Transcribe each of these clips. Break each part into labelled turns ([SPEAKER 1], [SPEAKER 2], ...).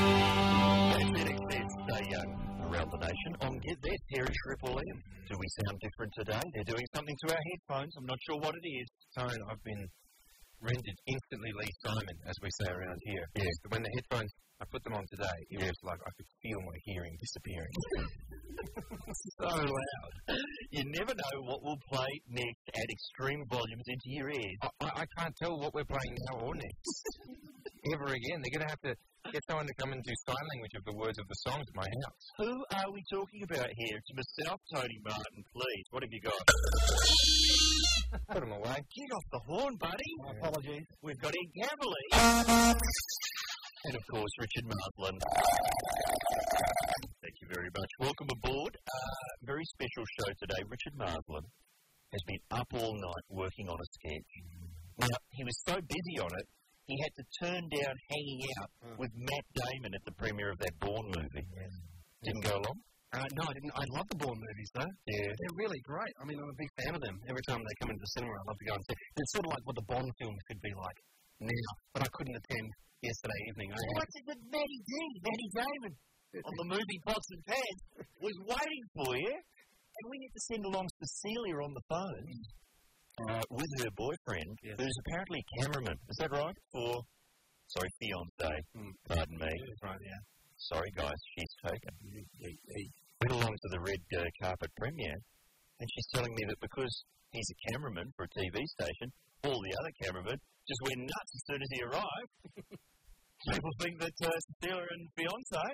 [SPEAKER 1] Magnetic says stay young
[SPEAKER 2] uh,
[SPEAKER 1] around the nation on Get This here at Triple M. Do we sound different today? They're doing something to our headphones. I'm not sure what it is.
[SPEAKER 2] Tone, I've been rendered instantly Lee Simon, as we say around here.
[SPEAKER 1] Yes.
[SPEAKER 2] But when the headphones, I put them on today, it was like I could feel my hearing disappearing.
[SPEAKER 1] So loud. You never know what will play next at extreme volumes into your ears.
[SPEAKER 2] I, I, I can't tell what we're playing now or next. Ever again. They're going to have to get someone to come and do sign language of the words of the songs at my house.
[SPEAKER 1] Who are we talking about here? To myself, Tony Martin, please. What have you got?
[SPEAKER 2] Put them away.
[SPEAKER 1] Get off the horn, buddy.
[SPEAKER 2] Apologies.
[SPEAKER 1] We've got Ed Gavely. And of course, Richard Marsland. Thank you very much. Welcome aboard. Uh, very special show today. Richard Marsland has been up all night working on a sketch. Now, he was so busy on it, he had to turn down hanging out
[SPEAKER 2] Mm.
[SPEAKER 1] with Matt Damon at the premiere of that Bourne movie. Didn't go along?
[SPEAKER 3] Uh, no, I didn't. I love the Bourne movies, though.
[SPEAKER 1] Yeah.
[SPEAKER 3] They're really great. I mean, I'm a big fan of them. Every time they come into the cinema, I love to go and see. It's sort of like what the Bond films could be like now, but I couldn't attend yesterday evening. I had-
[SPEAKER 1] What did the Matty D, Matty Damon, on the movie Pots and Pans, was waiting for you? And we had to send along Cecilia on the phone uh, with her boyfriend,
[SPEAKER 3] Yes.
[SPEAKER 1] who's apparently a cameraman. Is that right? Hmm. Or, sorry, fiance.
[SPEAKER 3] Mm.
[SPEAKER 1] Pardon me.
[SPEAKER 3] Right, yeah.
[SPEAKER 1] Sorry, guys, she's taken. Went along to the red uh, carpet premiere, and she's telling me that because he's a cameraman for a TV station, all the other cameramen just went nuts as soon as he arrived. People think that uh, Cecilia and fiance,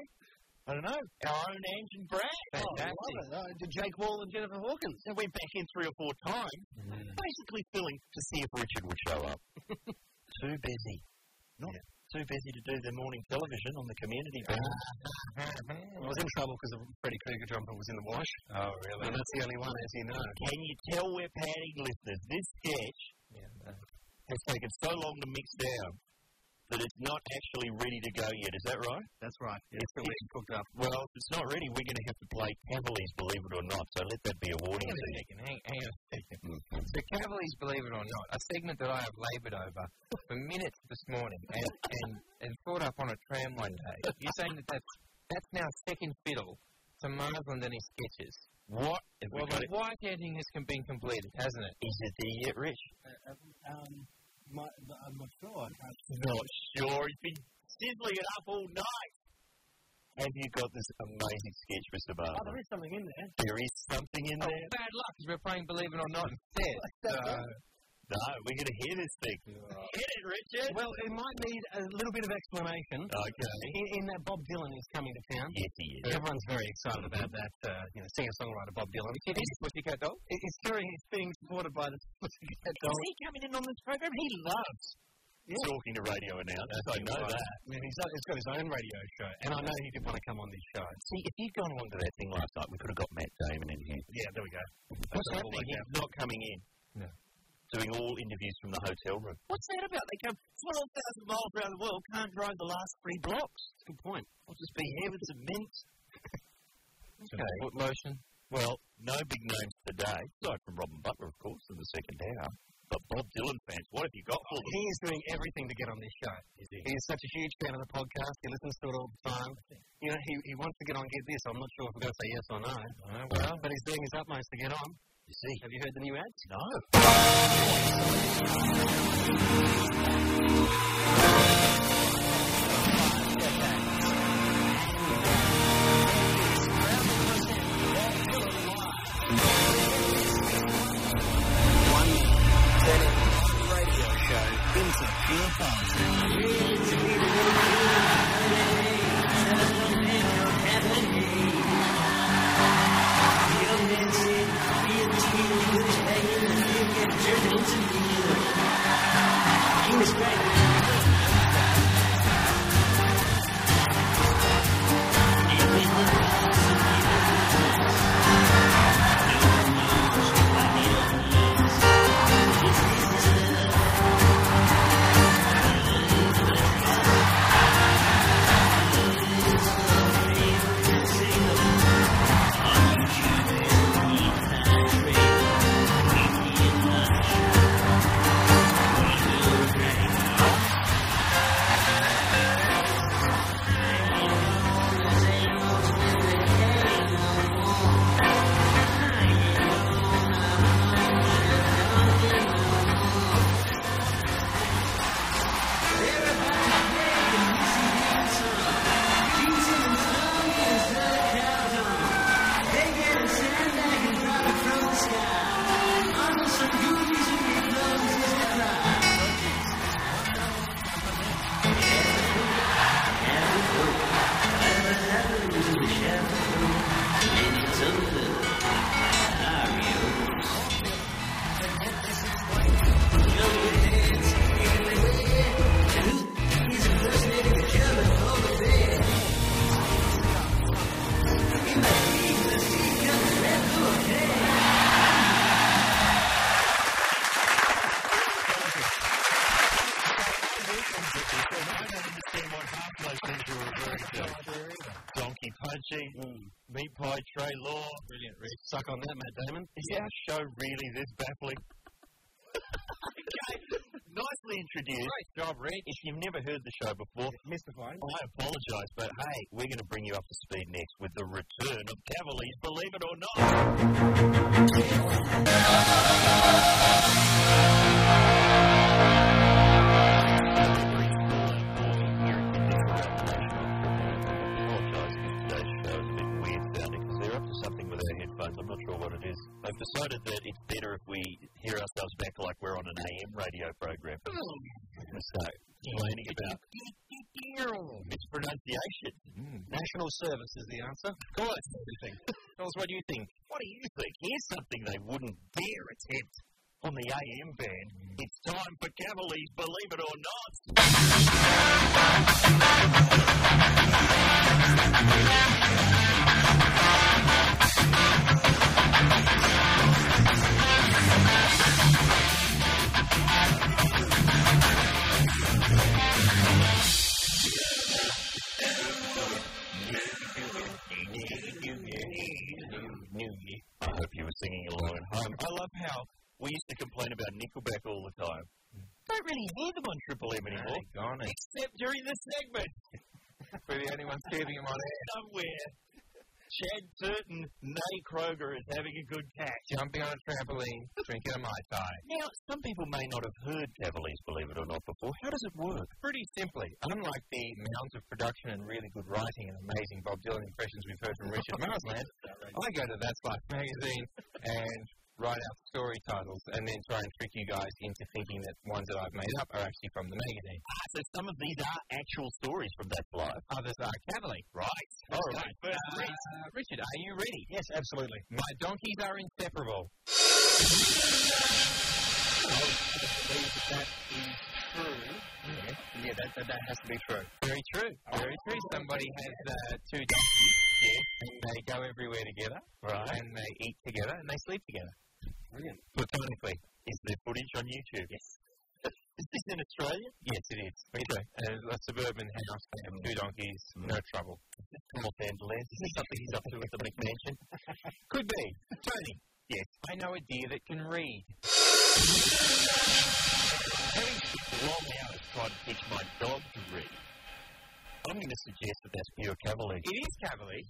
[SPEAKER 1] I don't know, our own Ange and Brad.
[SPEAKER 3] Oh, I love it. Uh, did Jake Wall and Jennifer Hawkins. Hmm.
[SPEAKER 1] They went back in three or four times,
[SPEAKER 3] Mm-hmm.
[SPEAKER 1] basically filling to see if Richard would show up. too busy. Not too busy to do their morning television on the community. channel.
[SPEAKER 3] Ah. I was in trouble because Freddy Krueger jumper was in the wash.
[SPEAKER 2] Oh, really?
[SPEAKER 3] And that's the only one, as you know.
[SPEAKER 1] Can you tell we're padding listeners? This sketch
[SPEAKER 2] uh,
[SPEAKER 1] has taken so long to mix down that it's not actually ready to go yet. Is that right?
[SPEAKER 3] That's right. Yeah, it's still being cooked up.
[SPEAKER 1] Well, if it's not ready, we're going to have to play Cavaliers, believe it or not. So let that be a warning to you.
[SPEAKER 2] Hang, hang on a second.
[SPEAKER 3] Mm-hmm.
[SPEAKER 2] So Cavaliers, believe it or not, a segment that I have laboured over for minutes this morning and, and, and thought up on a tram one day. You're saying that that's, that's now second fiddle to Marsland and his sketches.
[SPEAKER 1] What? Have
[SPEAKER 2] Well,
[SPEAKER 1] we got it?
[SPEAKER 2] the white ending has com- been completed, hasn't it?
[SPEAKER 1] Is it there yet, Rich?
[SPEAKER 3] Um, my, I'm not sure. I can't
[SPEAKER 1] Not sure. He's been sizzling it up all night. Have you got this amazing sketch, Mr. Barber?
[SPEAKER 3] is something in Oh, there.
[SPEAKER 1] There is something in
[SPEAKER 2] Oh,
[SPEAKER 1] there.
[SPEAKER 2] bad luck, 'cause we're playing Believe It or Not instead.
[SPEAKER 3] Uh,
[SPEAKER 2] So-
[SPEAKER 1] No, we're going to hear this thing. Hit it, Richard.
[SPEAKER 3] Well, it might need a little bit of explanation.
[SPEAKER 1] Okay.
[SPEAKER 3] In, in that Bob Dylan is coming to town.
[SPEAKER 1] Yes, he is.
[SPEAKER 3] Everyone's very excited about that uh, you know, singer-songwriter Bob Dylan. It is,
[SPEAKER 2] It is Pussycat Dolls.
[SPEAKER 3] it- it's very it's being supported by the Pussycat
[SPEAKER 1] Is
[SPEAKER 3] Dolls.
[SPEAKER 1] he coming in on this program? He loves talking to radio announcers. I know
[SPEAKER 3] Right.
[SPEAKER 1] that.
[SPEAKER 3] I mean, he's, got- he's got his own radio show, and I know he did want to come on this show.
[SPEAKER 1] See, if you'd gone along to that thing last night, we could have got Matt Damon in here.
[SPEAKER 3] Yeah, there we go.
[SPEAKER 1] What's
[SPEAKER 3] That's all
[SPEAKER 1] happening?
[SPEAKER 3] like
[SPEAKER 1] He's not coming in.
[SPEAKER 2] No.
[SPEAKER 1] Doing all interviews from the hotel room. What's that about? They come 12,000 miles around the world, can't drive the last three blocks.
[SPEAKER 3] Good point.
[SPEAKER 1] I'll just be here with some mints.
[SPEAKER 2] Okay. Foot lotion.
[SPEAKER 1] Well, no big names today, aside from Robin Butler, of course, in the second hour. But Bob Dylan fans, what have you got for them?
[SPEAKER 3] He is doing everything to get on this show.
[SPEAKER 1] Is he?
[SPEAKER 3] He is such a huge fan of the podcast. He listens to it all the time. You know, he, he wants to get on Get This. I'm not sure if we're going to say yes or no. Well, but he's doing his utmost to get on.
[SPEAKER 1] You see?
[SPEAKER 3] Have you heard the new ads?
[SPEAKER 1] No.
[SPEAKER 4] He was back.
[SPEAKER 1] I don't understand what half those things you're referring to. Donkey punching, meat pie tray law. Mm. Brilliant, Rick.
[SPEAKER 3] Suck on that, Matt Damon.
[SPEAKER 1] Is our show really this baffling? Nicely introduced.
[SPEAKER 2] Great job, Rick.
[SPEAKER 1] If you've never heard the show before,
[SPEAKER 3] Mystifying.
[SPEAKER 1] I apologise, but hey, we're going to bring you up to speed next with the return of Cavaliers, believe it or not. I'm not sure what it is. I've decided that it's better if we hear ourselves back like we're on an AM radio program. So, complaining about mispronunciation.
[SPEAKER 3] Hmm. National service is the answer. Of course. Everything.
[SPEAKER 1] Charles, what do you think? What do you think? Here's something they wouldn't dare attempt on the AM band. It's time for Cavaliers, believe it or not. I hope you were singing along at home. I love how we used to complain about Nickelback all the time. Don't really hear them on Triple M anymore,
[SPEAKER 2] Hey, gone it.
[SPEAKER 1] except during the segment
[SPEAKER 2] We're the only ones keeping him on air.
[SPEAKER 1] somewhere. Chad Burton, Nate Kroger is having a good catch.
[SPEAKER 2] Jumping on a trampoline, drinking a Mai Tai.
[SPEAKER 1] Now, some people may not have heard Cavaliers, believe it or not, before. How does it work?
[SPEAKER 2] Pretty simply, unlike the mounds of production and really good writing and amazing Bob Dylan impressions we've heard from Richard Marsland, I go to That's Life magazine and write out story titles and then try and trick you guys into thinking that ones that I've made up are actually from the magazine.
[SPEAKER 1] Ah, So some of these are actual stories from that live.
[SPEAKER 2] Others are Cavalier. Oh, Right.
[SPEAKER 1] All right. First,
[SPEAKER 2] Rich, uh, Richard, are you ready?
[SPEAKER 3] Yes, absolutely.
[SPEAKER 2] My donkeys are inseparable. Oh,
[SPEAKER 3] That is true. Yeah, that, that, that has to be true.
[SPEAKER 2] Very true.
[SPEAKER 1] uh,
[SPEAKER 2] Very true. Somebody has uh, two donkeys. And they go everywhere together.
[SPEAKER 1] Right.
[SPEAKER 2] And they eat together and they sleep together.
[SPEAKER 3] Brilliant.
[SPEAKER 2] Platonically.
[SPEAKER 1] Is there footage on YouTube? Yes. is this in Australia?
[SPEAKER 2] Yes, it is. We do. And it's a suburban house. They have two donkeys.
[SPEAKER 1] Mm.
[SPEAKER 2] No trouble.
[SPEAKER 1] North Angeles. Is this something he's up to with the McMansion?
[SPEAKER 2] Could be. Tony. Yes. I know a deer that can read.
[SPEAKER 1] Having spent long hours trying to teach my dog to read, I'm going to suggest that that's pure cavalry.
[SPEAKER 2] It is Cavalier.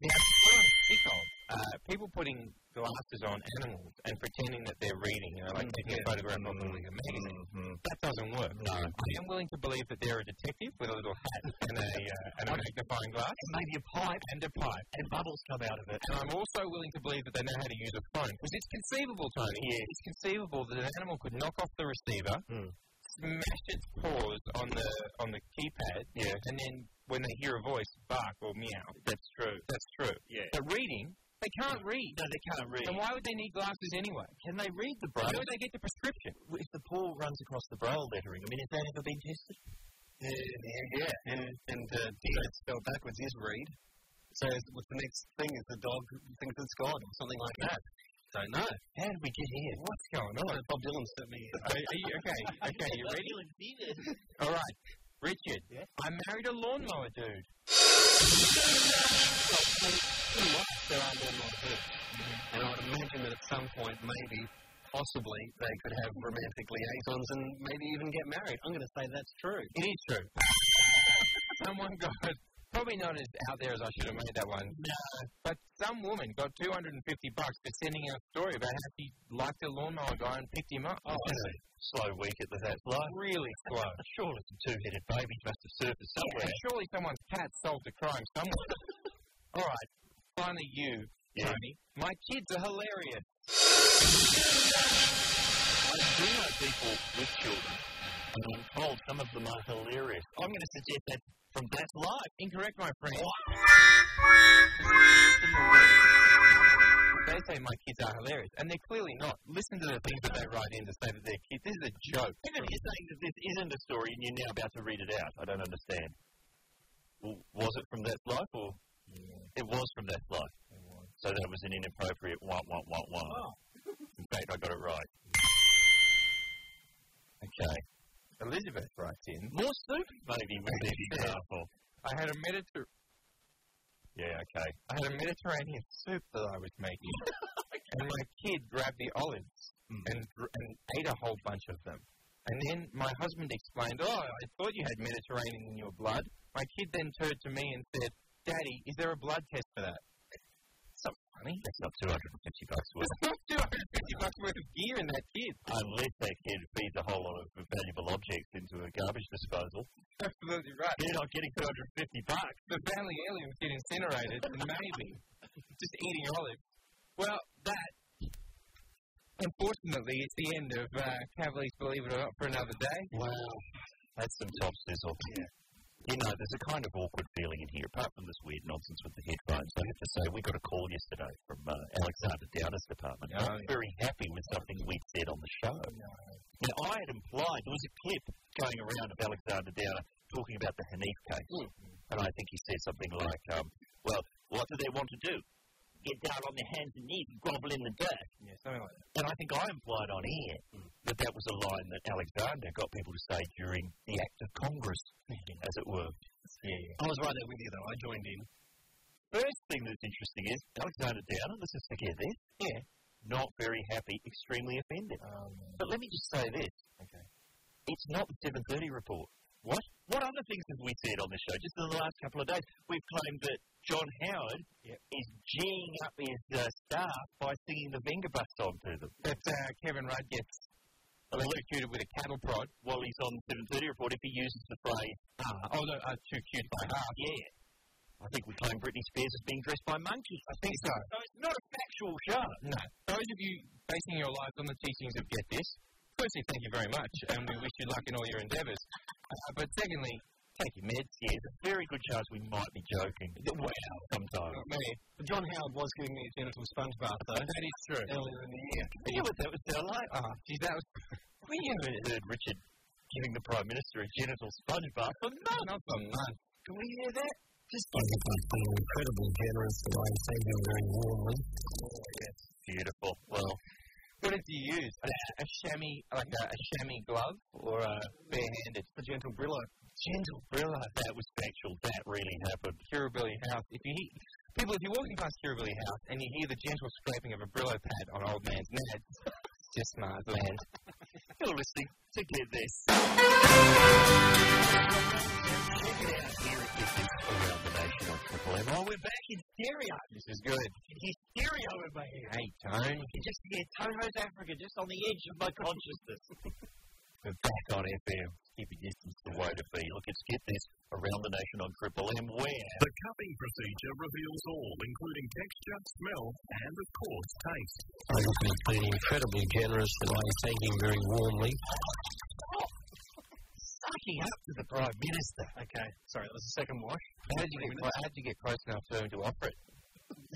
[SPEAKER 2] Now, what I'm sick of, uh, people putting glasses on animals and pretending that they're reading, you know, like taking a photograph of them like a magazine. That doesn't work.
[SPEAKER 1] No.
[SPEAKER 2] I am willing to believe that they're a detective with a little hat and a, uh, and a magnifying glass. And maybe a pipe. And a pipe.
[SPEAKER 1] And bubbles come out of it.
[SPEAKER 2] And I'm also willing to believe that they know how to use a phone. Because it's conceivable, Tony. It's conceivable that an animal could knock off the receiver,
[SPEAKER 1] Mm.
[SPEAKER 2] smash its paws on the on the keypad,
[SPEAKER 1] Yeah.
[SPEAKER 2] and then when they hear a voice, bark or meow.
[SPEAKER 1] That's true.
[SPEAKER 2] That's true.
[SPEAKER 1] Yeah.
[SPEAKER 2] But reading, they can't read.
[SPEAKER 1] No, they can't read.
[SPEAKER 2] And why would they need glasses anyway?
[SPEAKER 1] Can they read the
[SPEAKER 2] Why
[SPEAKER 1] braille?
[SPEAKER 2] would they get the prescription?
[SPEAKER 1] If the paw runs across the braille lettering, I mean, has that ever been tested?
[SPEAKER 3] Yeah, yeah, yeah. and and uh, D that's spelled backwards is read. So it's- what's the next thing is the dog thinks it's God or something like that. Don't know.
[SPEAKER 1] How did we get here?
[SPEAKER 3] What's going on? Bob Dylan sent me.
[SPEAKER 2] Are, are you, okay, okay, you ready? All right. Richard, I married a lawnmower
[SPEAKER 3] There
[SPEAKER 2] dude.
[SPEAKER 3] are more like this. And I would imagine that at some point, maybe, possibly, they could have romantic liaisons and maybe even get married. I'm going to say that's true.
[SPEAKER 2] It is true. Someone got probably not as out there as I should have made that one. No. But some woman got two hundred and fifty bucks for sending out a story about how she liked a lawnmower guy and picked him up.
[SPEAKER 1] Oh, it's a slow week at the That's Live.
[SPEAKER 2] really slow.
[SPEAKER 1] Surely some two-headed babies must have surfaced somewhere.
[SPEAKER 2] And surely someone's cat solved a crime somewhere. All right. Finally, you,
[SPEAKER 1] Yeah.
[SPEAKER 2] Tony. My kids are hilarious.
[SPEAKER 1] I do know people with children, and I'm told some of them are hilarious. I'm going to suggest that from That's Oh, Live.
[SPEAKER 2] Incorrect, my friend. They say my kids are hilarious, and they're clearly not. Listen to the things that they write in to say that their kids. This is a joke.
[SPEAKER 1] Hang on, you're saying that this isn't a story, and you're now about to read it out. I don't understand. W- Was it from That's Life, or it was from That's Life? So that was an inappropriate one, one, one,
[SPEAKER 2] Oh.
[SPEAKER 1] one. In fact, I got it right. Okay.
[SPEAKER 2] Elizabeth writes in.
[SPEAKER 1] More soup, maybe, would be an example.
[SPEAKER 2] I had a Mediter-
[SPEAKER 1] Yeah, okay.
[SPEAKER 2] I had a Mediterranean soup that I was making, and my kid grabbed the olives
[SPEAKER 1] Mm.
[SPEAKER 2] and, dr- and ate a whole bunch of them. And then my husband explained, "Oh, I thought you had Mediterranean in your blood." My kid then turned to me and said, "Daddy, is there a blood test for that?" So funny.
[SPEAKER 1] That's not 250 bucks worth.
[SPEAKER 2] There's not 250 bucks worth of gear in that kid.
[SPEAKER 1] Unless that kid feeds a whole lot of valuable objects into a garbage disposal,
[SPEAKER 2] Absolutely right.
[SPEAKER 1] they're not getting 250 bucks.
[SPEAKER 2] the family heirloom get incinerated, and maybe just eating olives. Well, that unfortunately it's the end of uh, Cavaliers Believe It or Not for another day.
[SPEAKER 1] Wow. That's some top sizzle. Yeah. You know, there's a kind of awkward feeling in here, apart from this weird nonsense with the headphones. I have to say, we got a call yesterday from uh, Alexander Dowder's department.
[SPEAKER 2] Oh,
[SPEAKER 1] Not
[SPEAKER 2] yeah.
[SPEAKER 1] very happy with something we'd said on the show.
[SPEAKER 3] Oh,
[SPEAKER 1] Now, I had implied there was a clip going around of Alexander Downer talking about the Hanif case. And I think he said something like, um, well, what do they want to do? Get down on their hands and knees and grovel in the dirt.
[SPEAKER 2] Yeah, something like that.
[SPEAKER 1] And I think I implied on air that that was a line that Alexander got people to say during the act of Congress, as it were.
[SPEAKER 2] Yeah, yeah.
[SPEAKER 3] I was right there with you, though. I joined in.
[SPEAKER 1] First thing that's interesting is Alexander Downer, let's just forget this. Yeah. Uh. Not very happy, extremely offended.
[SPEAKER 2] Um,
[SPEAKER 1] But let me just say this.
[SPEAKER 2] Okay.
[SPEAKER 1] It's not the 730 report. What? What other things have we said on this show? Just in the last couple of days, we've claimed that John Howard
[SPEAKER 2] Yep.
[SPEAKER 1] is geeing up his uh, staff by singing the Vingerbus song to them.
[SPEAKER 2] that uh, Kevin Rudd gets electrocuted with a cattle prod.
[SPEAKER 1] While he's on the 730 report, if he uses the phrase
[SPEAKER 2] Ah, oh no, uh, too cute by half.
[SPEAKER 1] Yeah. I think we claim Britney Spears as being dressed by monkeys.
[SPEAKER 2] I think so.
[SPEAKER 1] So it's not a factual show.
[SPEAKER 2] No. Those of you basing your lives on the teachings of Get This, firstly, thank you very much, and we wish you luck in all your endeavours. Uh, but secondly,
[SPEAKER 1] Take your meds. Yeah, there's a very good chance we might be joking. Wow. Sometimes.
[SPEAKER 2] not me.
[SPEAKER 3] But John Howard was giving me a genital sponge bath, though,
[SPEAKER 2] That is true.
[SPEAKER 3] earlier in the year.
[SPEAKER 1] You know what that would sound like?
[SPEAKER 2] Ah, geez, that was
[SPEAKER 1] We haven't heard Richard giving the Prime Minister a genital sponge bath for months.
[SPEAKER 2] not for months.
[SPEAKER 1] Can we hear that? Just
[SPEAKER 4] I think I've been incredibly generous to my saving very warmly.
[SPEAKER 1] Oh, beautiful. Well,
[SPEAKER 2] What did you use? A, a chamois, like a, a chamois glove or a barehanded?
[SPEAKER 3] The gentle Brillo.
[SPEAKER 1] gentle thriller. That was factual. That really happened.
[SPEAKER 2] Curability House. If you hear, people, if you're walking past Curability House and you hear the gentle scraping of a Brillo pad on old man's nads, it's just Mars land.
[SPEAKER 1] You're listening to Get This. Check it out here at Get This around the nation on Triple M. Oh, we're back in stereo.
[SPEAKER 2] This is good.
[SPEAKER 1] He's stereo over here.
[SPEAKER 2] Hey, Tone.
[SPEAKER 1] You can just hear Toho's Africa just on the edge of my consciousness. We're back on FM. Keep your distance the way to be. Look, it's Get This around the nation on Triple M where
[SPEAKER 5] The cupping procedure reveals all, including texture, smell, and of course, taste.
[SPEAKER 4] I think I've been incredibly generous to my saving very warmly.
[SPEAKER 1] sucking up to the Prime Minister.
[SPEAKER 3] Okay, sorry, that was the second wash.
[SPEAKER 2] How did you get, clo- how did you get close enough to him to offer it?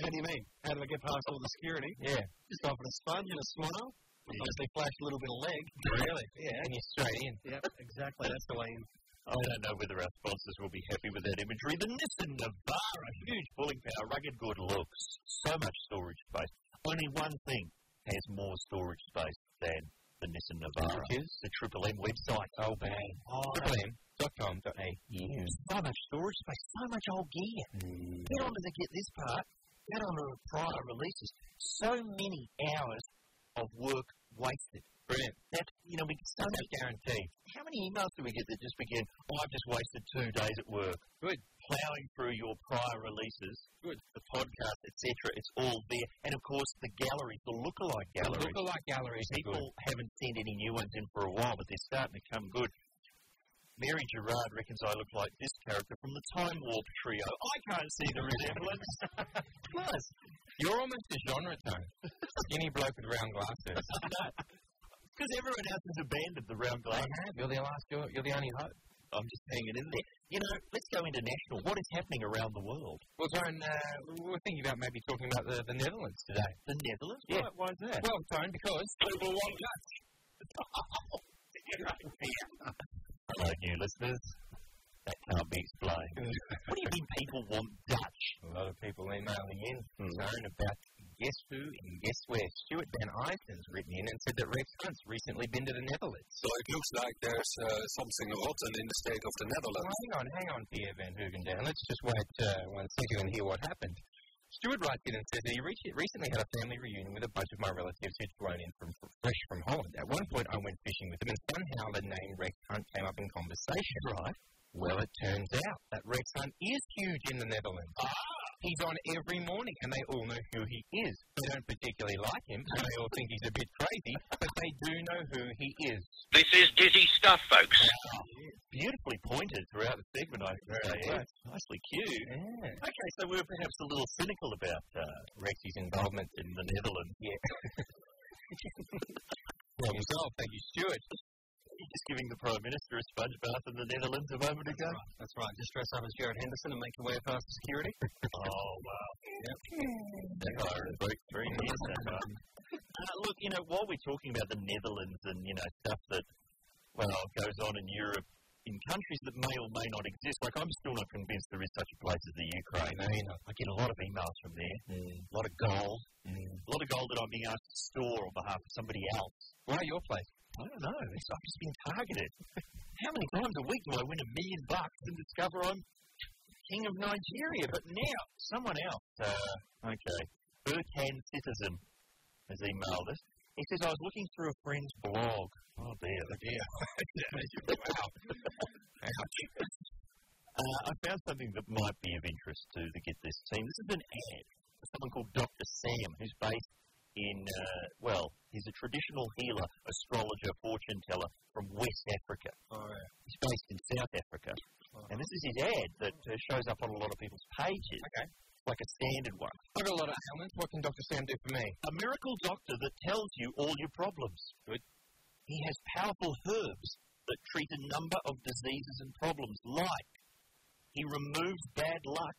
[SPEAKER 3] How do you mean? How did I get past all the security?
[SPEAKER 2] Yeah.
[SPEAKER 3] Just offered a sponge and a smile. Obviously flashed a little bit of leg.
[SPEAKER 2] Really? Yeah. And you're straight in.
[SPEAKER 3] Yep, exactly. That's the way in.
[SPEAKER 1] I don't know whether our sponsors will be happy with that imagery. The Nissan Navara, huge pulling power, rugged good looks, so much storage space. Only one thing has more storage space than the Nissan Navara, which is the Triple M website. Oh, man.
[SPEAKER 2] Triple M. Dot com. Dot A.
[SPEAKER 1] So much storage space, so much old gear. Get on to the get this part, get on to the prior releases. So many hours of work wasted.
[SPEAKER 2] Brilliant.
[SPEAKER 1] That's, you know, we get so much
[SPEAKER 2] Guaranteed.
[SPEAKER 1] How many emails do we get that just begin, oh, I've just wasted two days at work?
[SPEAKER 2] Good.
[SPEAKER 1] Plowing through your prior releases,
[SPEAKER 2] Good.
[SPEAKER 1] the podcast, etc. It's all there. And of course, the galleries, the lookalike galleries.
[SPEAKER 2] Lookalike galleries are
[SPEAKER 1] People
[SPEAKER 2] good.
[SPEAKER 1] haven't sent any new ones in for a while, but they're starting to come good. Mary Gerard reckons I look like this character from the Time Warp trio. I can't see the resemblance. Plus,
[SPEAKER 2] You're almost a genre tone. Skinny bloke with round glasses.
[SPEAKER 1] because everyone else has abandoned the round glass.
[SPEAKER 2] You're the last. You're, you're the only hope.
[SPEAKER 1] I'm just hanging in there. You know, let's go international. What is happening around the world?
[SPEAKER 2] Well, Tone, uh, we we're thinking about maybe talking about the, the Netherlands today.
[SPEAKER 1] The Netherlands?
[SPEAKER 2] Yeah.
[SPEAKER 1] Why, why is that?
[SPEAKER 2] Well, Tone, because global one Dutch.
[SPEAKER 1] Hello, new listeners. That can't be explained. what do you mean people want Dutch?
[SPEAKER 2] A lot of people emailing in, Tone, about Guess Who and Guess Where Stuart Van Eisen's written in and said that Rex Hunt's recently been to the Netherlands.
[SPEAKER 6] So it looks like there's uh, something rotten in the state of the
[SPEAKER 2] Well,
[SPEAKER 6] Netherlands.
[SPEAKER 2] hang on, hang on, Pierre Van Hoogendown. Let's just wait uh, one second and hear what happened. Stuart writes in and says that he re- recently had a family reunion with a bunch of my relatives who'd flown in from fresh from Holland. At one point, I went fishing with them, and somehow the name Rex Hunt came up in conversation. Right. Well, it turns out that Rex Hunt is huge in the Netherlands. He's on every morning, and they all know who he is. They don't particularly like him, and they all think he's a bit crazy, but they do know who he is.
[SPEAKER 7] This is dizzy stuff, folks.
[SPEAKER 1] Beautifully pointed throughout the segment, I would say.
[SPEAKER 2] right.
[SPEAKER 1] Yeah, Nicely cued.
[SPEAKER 2] Yeah.
[SPEAKER 1] Okay, so we were perhaps a little cynical about uh,
[SPEAKER 2] Rex's involvement
[SPEAKER 1] in the Netherlands.
[SPEAKER 2] Well, yourself, thank you, Stuart.
[SPEAKER 1] Just giving the Prime Minister a sponge bath in the Netherlands a moment ago.
[SPEAKER 3] That's right. Just dress up as Jared Henderson and make your way past security.
[SPEAKER 1] Oh, wow. That guy was broke three years so far. Uh, look, you know, while we're talking about the Netherlands and, you know, stuff that, well, goes on in Europe, in countries that may or may not exist, like I'm still not convinced there is such a place as the Ukraine. I, mean, I get a lot of emails from there, a lot of gold, a lot of gold that I'm being asked to store on behalf of somebody else.
[SPEAKER 2] Why your place?
[SPEAKER 1] I don't know. It's, I'm just being targeted. How many times a week do I win a million bucks and discover I'm king of Nigeria? But now, someone else. Uh, okay. Burkhan Citizen has emailed us. He says, I was looking through a friend's blog. Oh, dear. Oh, dear. wow. Ouch. Uh, I found something that might be of interest to the Get This team. This is an ad for someone called Dr. Sam, who's based in, uh, well, he's a traditional healer, astrologer, fortune teller from West Africa.
[SPEAKER 3] Oh, yeah.
[SPEAKER 1] He's based in South Africa. And this is his ad that uh, shows up on a lot of people's pages. Okay. Like a standard one.
[SPEAKER 2] I've got a lot of ailments. What can Dr. Sam do for me?
[SPEAKER 1] A miracle doctor that tells you all your problems. Good. He has powerful herbs that treat a number of diseases and problems, like he removes bad luck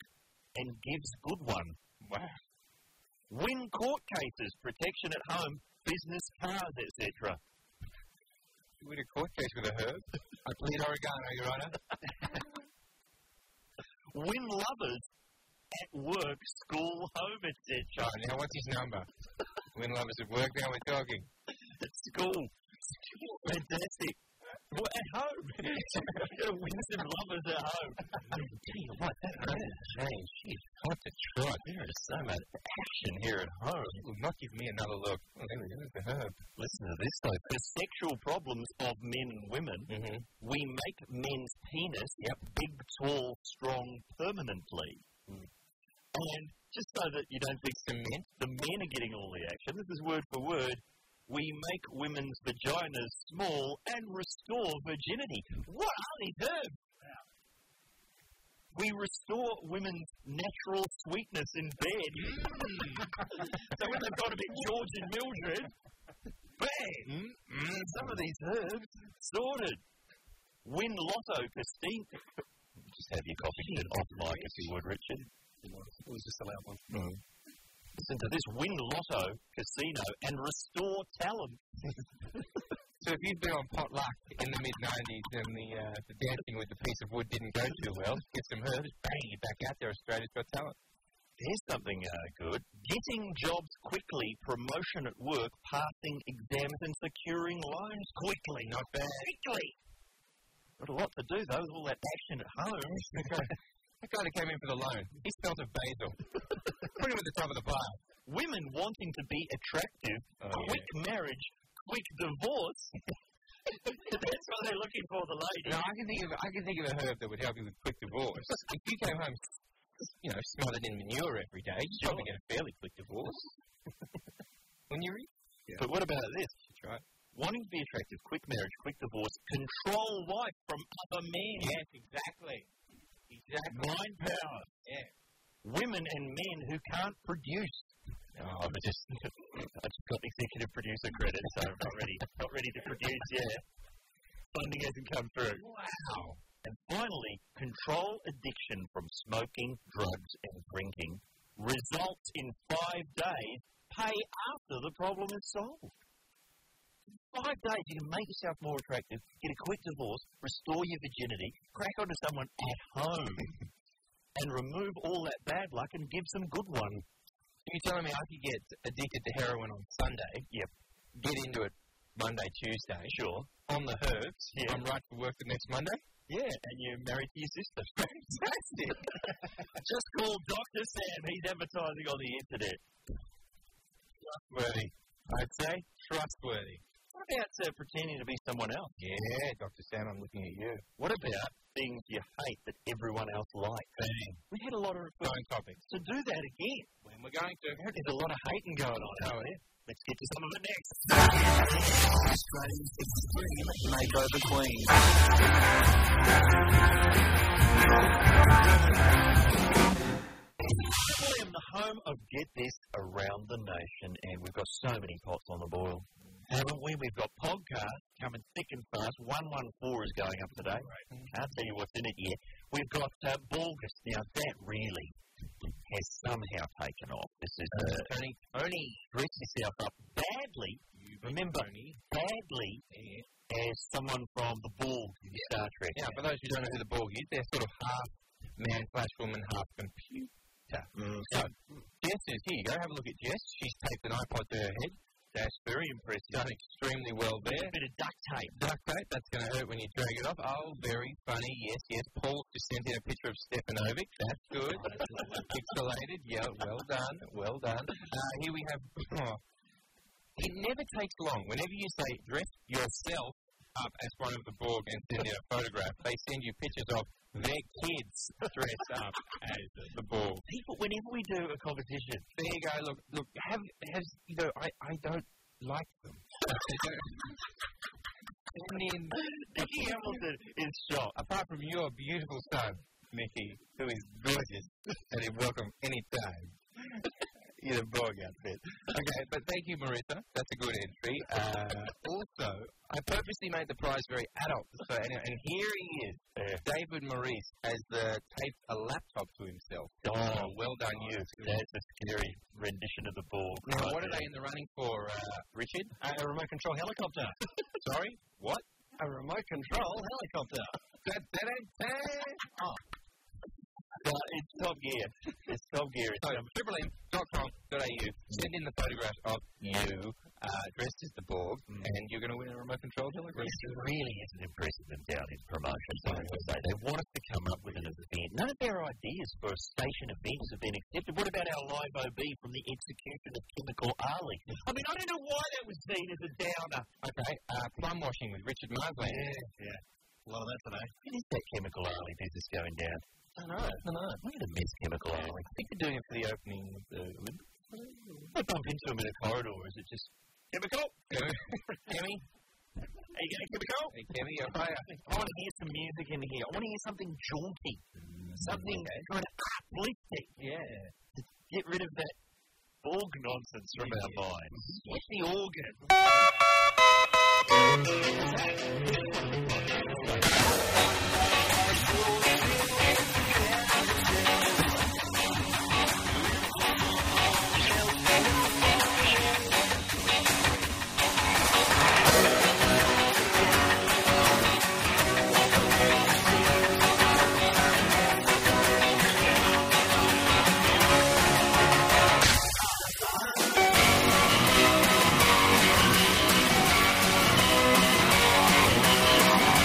[SPEAKER 1] and gives good one. Wow. Win court cases, protection at home, business cards, etc.
[SPEAKER 2] You would a court case with a herb? I plead oregano, Your Honor.
[SPEAKER 1] Win lovers at work, school, home, etc.
[SPEAKER 2] Right, now what's his number? when lovers at work, now we're talking.
[SPEAKER 1] at school. Fantastic. Well, at home. You've got to win some lovers at home. I mean, tell you what, that home change. Jeez, what the trot. There is so much action here at home.
[SPEAKER 2] It will not give me another look. Well, there we go, the herb.
[SPEAKER 1] Listen to this, though. The sexual problems of men and women.
[SPEAKER 2] Mm-hmm.
[SPEAKER 1] We make men's penis big, tall, strong, permanently. And just so that you don't think cement, the men are getting all the action. This is word for word. We make women's vaginas small and restore virginity. What are these herbs? We restore women's natural sweetness in bed. so when they've got a bit Georgian Mildred, bang!
[SPEAKER 2] Mm-hmm.
[SPEAKER 1] Some of these herbs sorted. Win Lotto, Christine. Just have your coffee and off mic if you would, Richard.
[SPEAKER 3] It was just a loud one.
[SPEAKER 1] Listen to this Win Lotto Casino and Restore Talent.
[SPEAKER 2] So if you've been on potluck in the mid-90s and the, uh, the dancing with the piece of wood didn't go too well, get some herbs, bang, you're back out there. Australia's got talent.
[SPEAKER 1] Here's something uh, good getting jobs quickly, promotion at work, passing exams, and securing loans quickly. Not bad. Quickly. Got a lot to do though, with all that action at home.
[SPEAKER 2] That guy that came in for the loan, he smells of basil. Put him at the top of the pile.
[SPEAKER 1] Women wanting to be attractive,
[SPEAKER 2] Oh,
[SPEAKER 1] quick marriage, quick divorce. That's what they're looking for, the ladies.
[SPEAKER 2] No, I can think of I can think of a herb that would help you with quick divorce. if you came home, you know, smothered in manure every day, you'd probably get a fairly quick divorce. when you're in,
[SPEAKER 1] But what about this?
[SPEAKER 2] That's right.
[SPEAKER 1] Wanting to be attractive, quick marriage, quick divorce, control life from other men.
[SPEAKER 2] yes, exactly, exactly.
[SPEAKER 1] Mind power.
[SPEAKER 2] Yeah.
[SPEAKER 1] Women and men who can't produce. No, I was just, I just got executive producer credit, so I'm not ready, not ready to produce yet. Funding hasn't come through. Wow. And finally, control addiction from smoking, drugs, and drinking. Results in five days. Pay after the problem is solved five days you can make yourself more attractive, get a quick divorce, restore your virginity, crack onto someone at home, and remove all that bad luck and give some good one.
[SPEAKER 2] So you're telling me I could get addicted to heroin on Sunday?
[SPEAKER 1] Yep.
[SPEAKER 2] Get into it Monday, Tuesday. Sure. On the herbs.
[SPEAKER 1] Yeah.
[SPEAKER 2] I'm right for work the next Monday.
[SPEAKER 1] Yeah, and you're married to your sister.
[SPEAKER 2] Fantastic.
[SPEAKER 1] Just call Dr. Sam. He's advertising on the internet.
[SPEAKER 2] Trustworthy. I'd say trustworthy.
[SPEAKER 1] What about uh, pretending to be someone else?
[SPEAKER 2] Yeah, Dr. Sam, I'm looking at you.
[SPEAKER 1] What about things you hate that everyone else likes? We had a lot of requests.
[SPEAKER 2] Phone topics.
[SPEAKER 1] So do that again.
[SPEAKER 2] When we're going to.
[SPEAKER 1] There's a lot of hating going on eh? out there. Let's get to some of it next. I am the home of Get This Around the Nation, and we've got so many pots on the boil. Haven't we? We've got podcast coming thick and fast. 114 is going up today. Can't tell you what's in it yet. We've got uh, Borgus. Now, that really has somehow taken off. This is uh,
[SPEAKER 2] Tony,
[SPEAKER 1] only dressed yourself up badly, remember, badly as someone from the Borg in Star Trek.
[SPEAKER 2] Now, for those who don't know who the Borg is, they're sort of half man slash woman, half computer.
[SPEAKER 1] Mm.
[SPEAKER 2] So, Jess is here. You go have a look at Jess. She's taped an iPod to her head. That's very impressive. Done extremely well there.
[SPEAKER 1] bit of duct tape.
[SPEAKER 2] Duct tape, that's going to hurt when you drag it off. Oh, very funny. Yes, yes. Paul just sent in a picture of Stefanovic. That's good. Pixelated. Yeah, well done. Well done. Uh, here we have. oh, it never takes long. Whenever you say dress yourself up as one of the Borg and send in a photograph, they send you pictures of their kids dressed up as the Borg.
[SPEAKER 1] People, whenever we do a competition,
[SPEAKER 2] There you go. Look, look. Have has you know? I, I don't like them. Send in
[SPEAKER 1] Nicky Hamilton is shocked.
[SPEAKER 2] apart from your beautiful son, Mickey, who is gorgeous and is welcome anytime. In a bog outfit. Okay, but thank you, Marissa. That's a good entry. Uh, also, I purposely made the prize very adult. So, anyway, and here he is, David Maurice, has uh, taped a laptop to himself.
[SPEAKER 1] Oh,
[SPEAKER 2] well done, you.
[SPEAKER 1] that's a scary rendition of the Borg.
[SPEAKER 2] Now,
[SPEAKER 1] right
[SPEAKER 2] what are
[SPEAKER 1] there.
[SPEAKER 2] they in the running for, uh, Richard?
[SPEAKER 3] A remote control helicopter.
[SPEAKER 2] Sorry, what?
[SPEAKER 3] A remote control helicopter.
[SPEAKER 2] That, that ain't bad.
[SPEAKER 1] Uh, it's Top Gear. It's Top Gear. It's
[SPEAKER 2] So, triplem.com.au. Send in the photograph of you uh, dressed as the Borg, and you're going to win a remote control telegram.
[SPEAKER 1] This really isn't impressive them down in promotion. So they, they want us to come up with an event. None of their ideas for a station events have been accepted. What about our live OB from the execution of Chemical Ali? I mean, I don't know why that was seen as a downer.
[SPEAKER 2] Okay, uh, plum washing with Richard Marsland.
[SPEAKER 3] A lot of that today.
[SPEAKER 1] When is that Chemical Ali business going down? I don't know. I don't know. We're going to miss Chemical Alley.
[SPEAKER 2] I think they're doing it for the opening of the Olympics.
[SPEAKER 1] I bump into him in a corridor. Is it just Chemical? Are
[SPEAKER 2] Kemi?
[SPEAKER 1] you going to Chemical?
[SPEAKER 2] Hey, Kemi, how are ya?
[SPEAKER 1] I want to hear some music in here. I want to hear something jaunty, something kind of uplifting.
[SPEAKER 2] Yeah.
[SPEAKER 1] get rid of that org nonsense from our minds. What's the organ?
[SPEAKER 8] Thank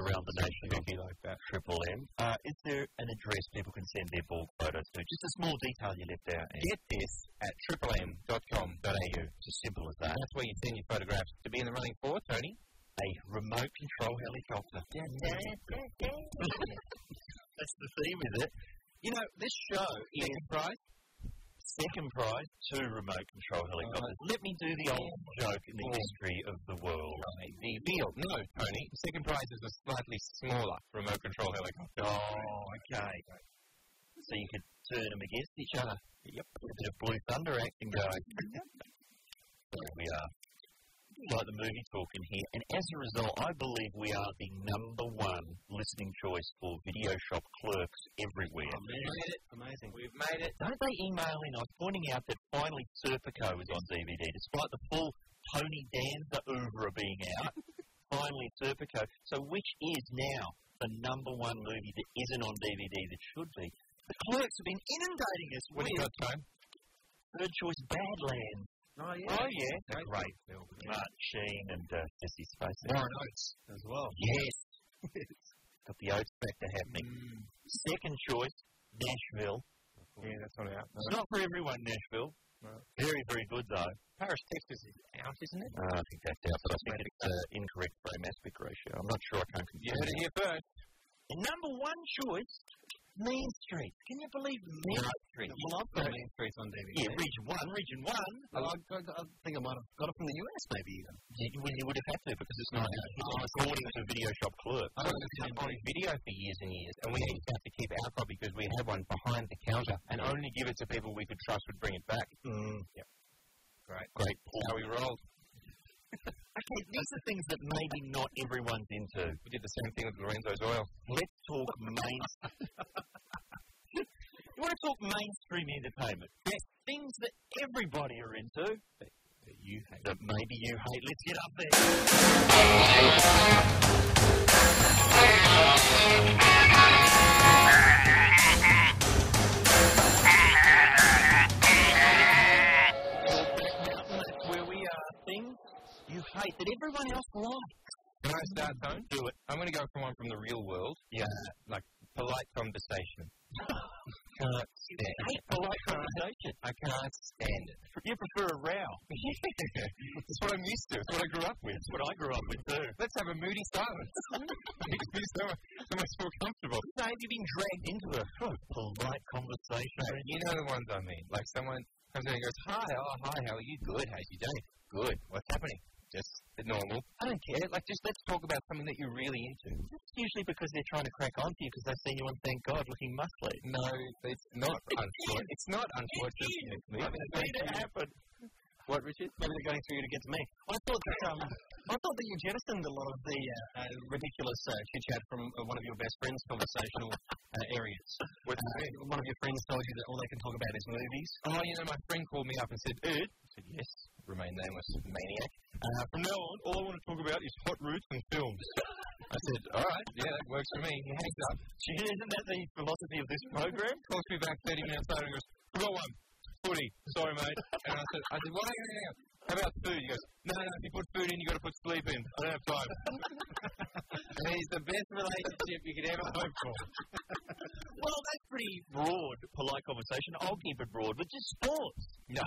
[SPEAKER 1] around the nation of
[SPEAKER 2] Be like that.
[SPEAKER 1] Triple M. Uh, is there an address people can send their ball photos to? Just a small detail you left out. Ange.
[SPEAKER 2] Get this at triplem.com.au.
[SPEAKER 1] It's as simple as that.
[SPEAKER 2] Uh, That's where you send your photographs to be in the running for, Tony.
[SPEAKER 1] A remote control helicopter. That's the theme, is it? You know, this show is prize. Second prize, two remote control helicopters. Uh, Let me do the old joke in the history of the world.
[SPEAKER 2] The deal. No, Tony. Second prize is a slightly smaller remote control helicopter.
[SPEAKER 1] Oh, okay. So you could turn them against each other. Yep. A bit of Blue Thunder acting going. there we are. Like the movie talking here. And as a result, I believe we are the number one listening choice for video shop clerks everywhere.
[SPEAKER 3] Amazing.
[SPEAKER 2] We've made it.
[SPEAKER 1] Don't they email in? I was pointing out that finally Serpico was on DVD, despite the full Tony Danza oeuvre being out. finally Serpico. So which is now the number one movie that isn't on DVD that should be? The clerks have been inundating us
[SPEAKER 2] What
[SPEAKER 1] with
[SPEAKER 2] do you got, Tony?
[SPEAKER 1] third choice Badlands.
[SPEAKER 3] Oh, yeah.
[SPEAKER 1] Oh yeah, they're great film. Martin Sheen and uh, Jesse Spacey.
[SPEAKER 3] Warren Oates as well.
[SPEAKER 1] Yes. Got the Oates factor happening. Second choice, Nashville.
[SPEAKER 2] Yeah, that's not out.
[SPEAKER 1] It's not for everyone, Nashville. Very, very good though.
[SPEAKER 2] Paris, Texas is out, isn't it?
[SPEAKER 1] Uh, I think that's out, but I think it's the incorrect frame aspect ratio. I'm not sure I can't
[SPEAKER 2] You
[SPEAKER 1] confirm.
[SPEAKER 2] heard it here first.
[SPEAKER 1] And number one choice, Main Street. Can you believe Main Street? Well, I've got
[SPEAKER 3] Main Street's on DVD.
[SPEAKER 1] yeah, Region One, Region One.
[SPEAKER 3] I, like- I, I think I might have got it from the US maybe even.
[SPEAKER 1] You, well, you would have had to because it's not out. according to video shop clerk.
[SPEAKER 2] I was on video for years and years, and we used to have to keep our copy because we had one behind the counter and only give it to people we could trust would bring it back.
[SPEAKER 1] Mm.
[SPEAKER 2] Great. Great. That's how we rolled.
[SPEAKER 1] Okay, these are things that maybe not everyone's into.
[SPEAKER 2] We did the same thing with Lorenzo's oil.
[SPEAKER 1] Let's talk main. you want to talk mainstream entertainment? Yes. Things that everybody are into. That, you hate. That maybe you hate. Let's get up there. That's where we are. Things you hate that everyone else likes.
[SPEAKER 2] Can I start, Tone? Do it. I'm going to go for one from the real world. Yeah. Like polite conversation. can't stand it.
[SPEAKER 1] Hate polite conversation.
[SPEAKER 2] I can't stand it.
[SPEAKER 1] You prefer a row.
[SPEAKER 2] It's what I'm used to. It's what I grew up with.
[SPEAKER 1] That's what I grew up with too.
[SPEAKER 2] Let's have a moody silence. Makes me so, so much more comfortable.
[SPEAKER 1] So have you been dragged into a oh, polite conversation?
[SPEAKER 2] Right, You know the ones I mean. Like someone comes in and goes, "Hi, oh hi, how are you? Good, how's your day? Good. What's happening? Just the normal. I don't care. Like just let's talk about something that you're really into.
[SPEAKER 1] That's usually because they're trying to crack onto you because they've seen you on Thank God looking muscly.
[SPEAKER 2] No, it's not. unfortunate. It's not unfortunately.
[SPEAKER 1] happen. What, Richard? Maybe they're going through you to get to me.
[SPEAKER 3] I thought that um, I thought that you jettisoned a lot of the uh, uh, ridiculous uh, chit chat from uh, one of your best friends' conversational uh, areas. Uh, one of your friends told you that all they can talk about is movies.
[SPEAKER 2] Oh, you know, my friend called me up and said, "Ed," I said, "Yes." Remain nameless, maniac. Uh, from now on, all I want to talk about is hot roots and films. I said,
[SPEAKER 3] "Oh,
[SPEAKER 2] "All right, yeah, that works for me." He hangs up.
[SPEAKER 1] Gee, Isn't that the philosophy of this program?
[SPEAKER 2] calls me back 30 minutes later and goes, I got one. Footy. Sorry, mate. And I said, I said, what are you doing? How about food? He goes, no, no, if you put food in, you got to put sleep in. I don't have time. and he's the best relationship you could ever hope for.
[SPEAKER 1] Well, that's pretty broad, polite conversation. I'll keep it broad, but just sports.
[SPEAKER 2] No.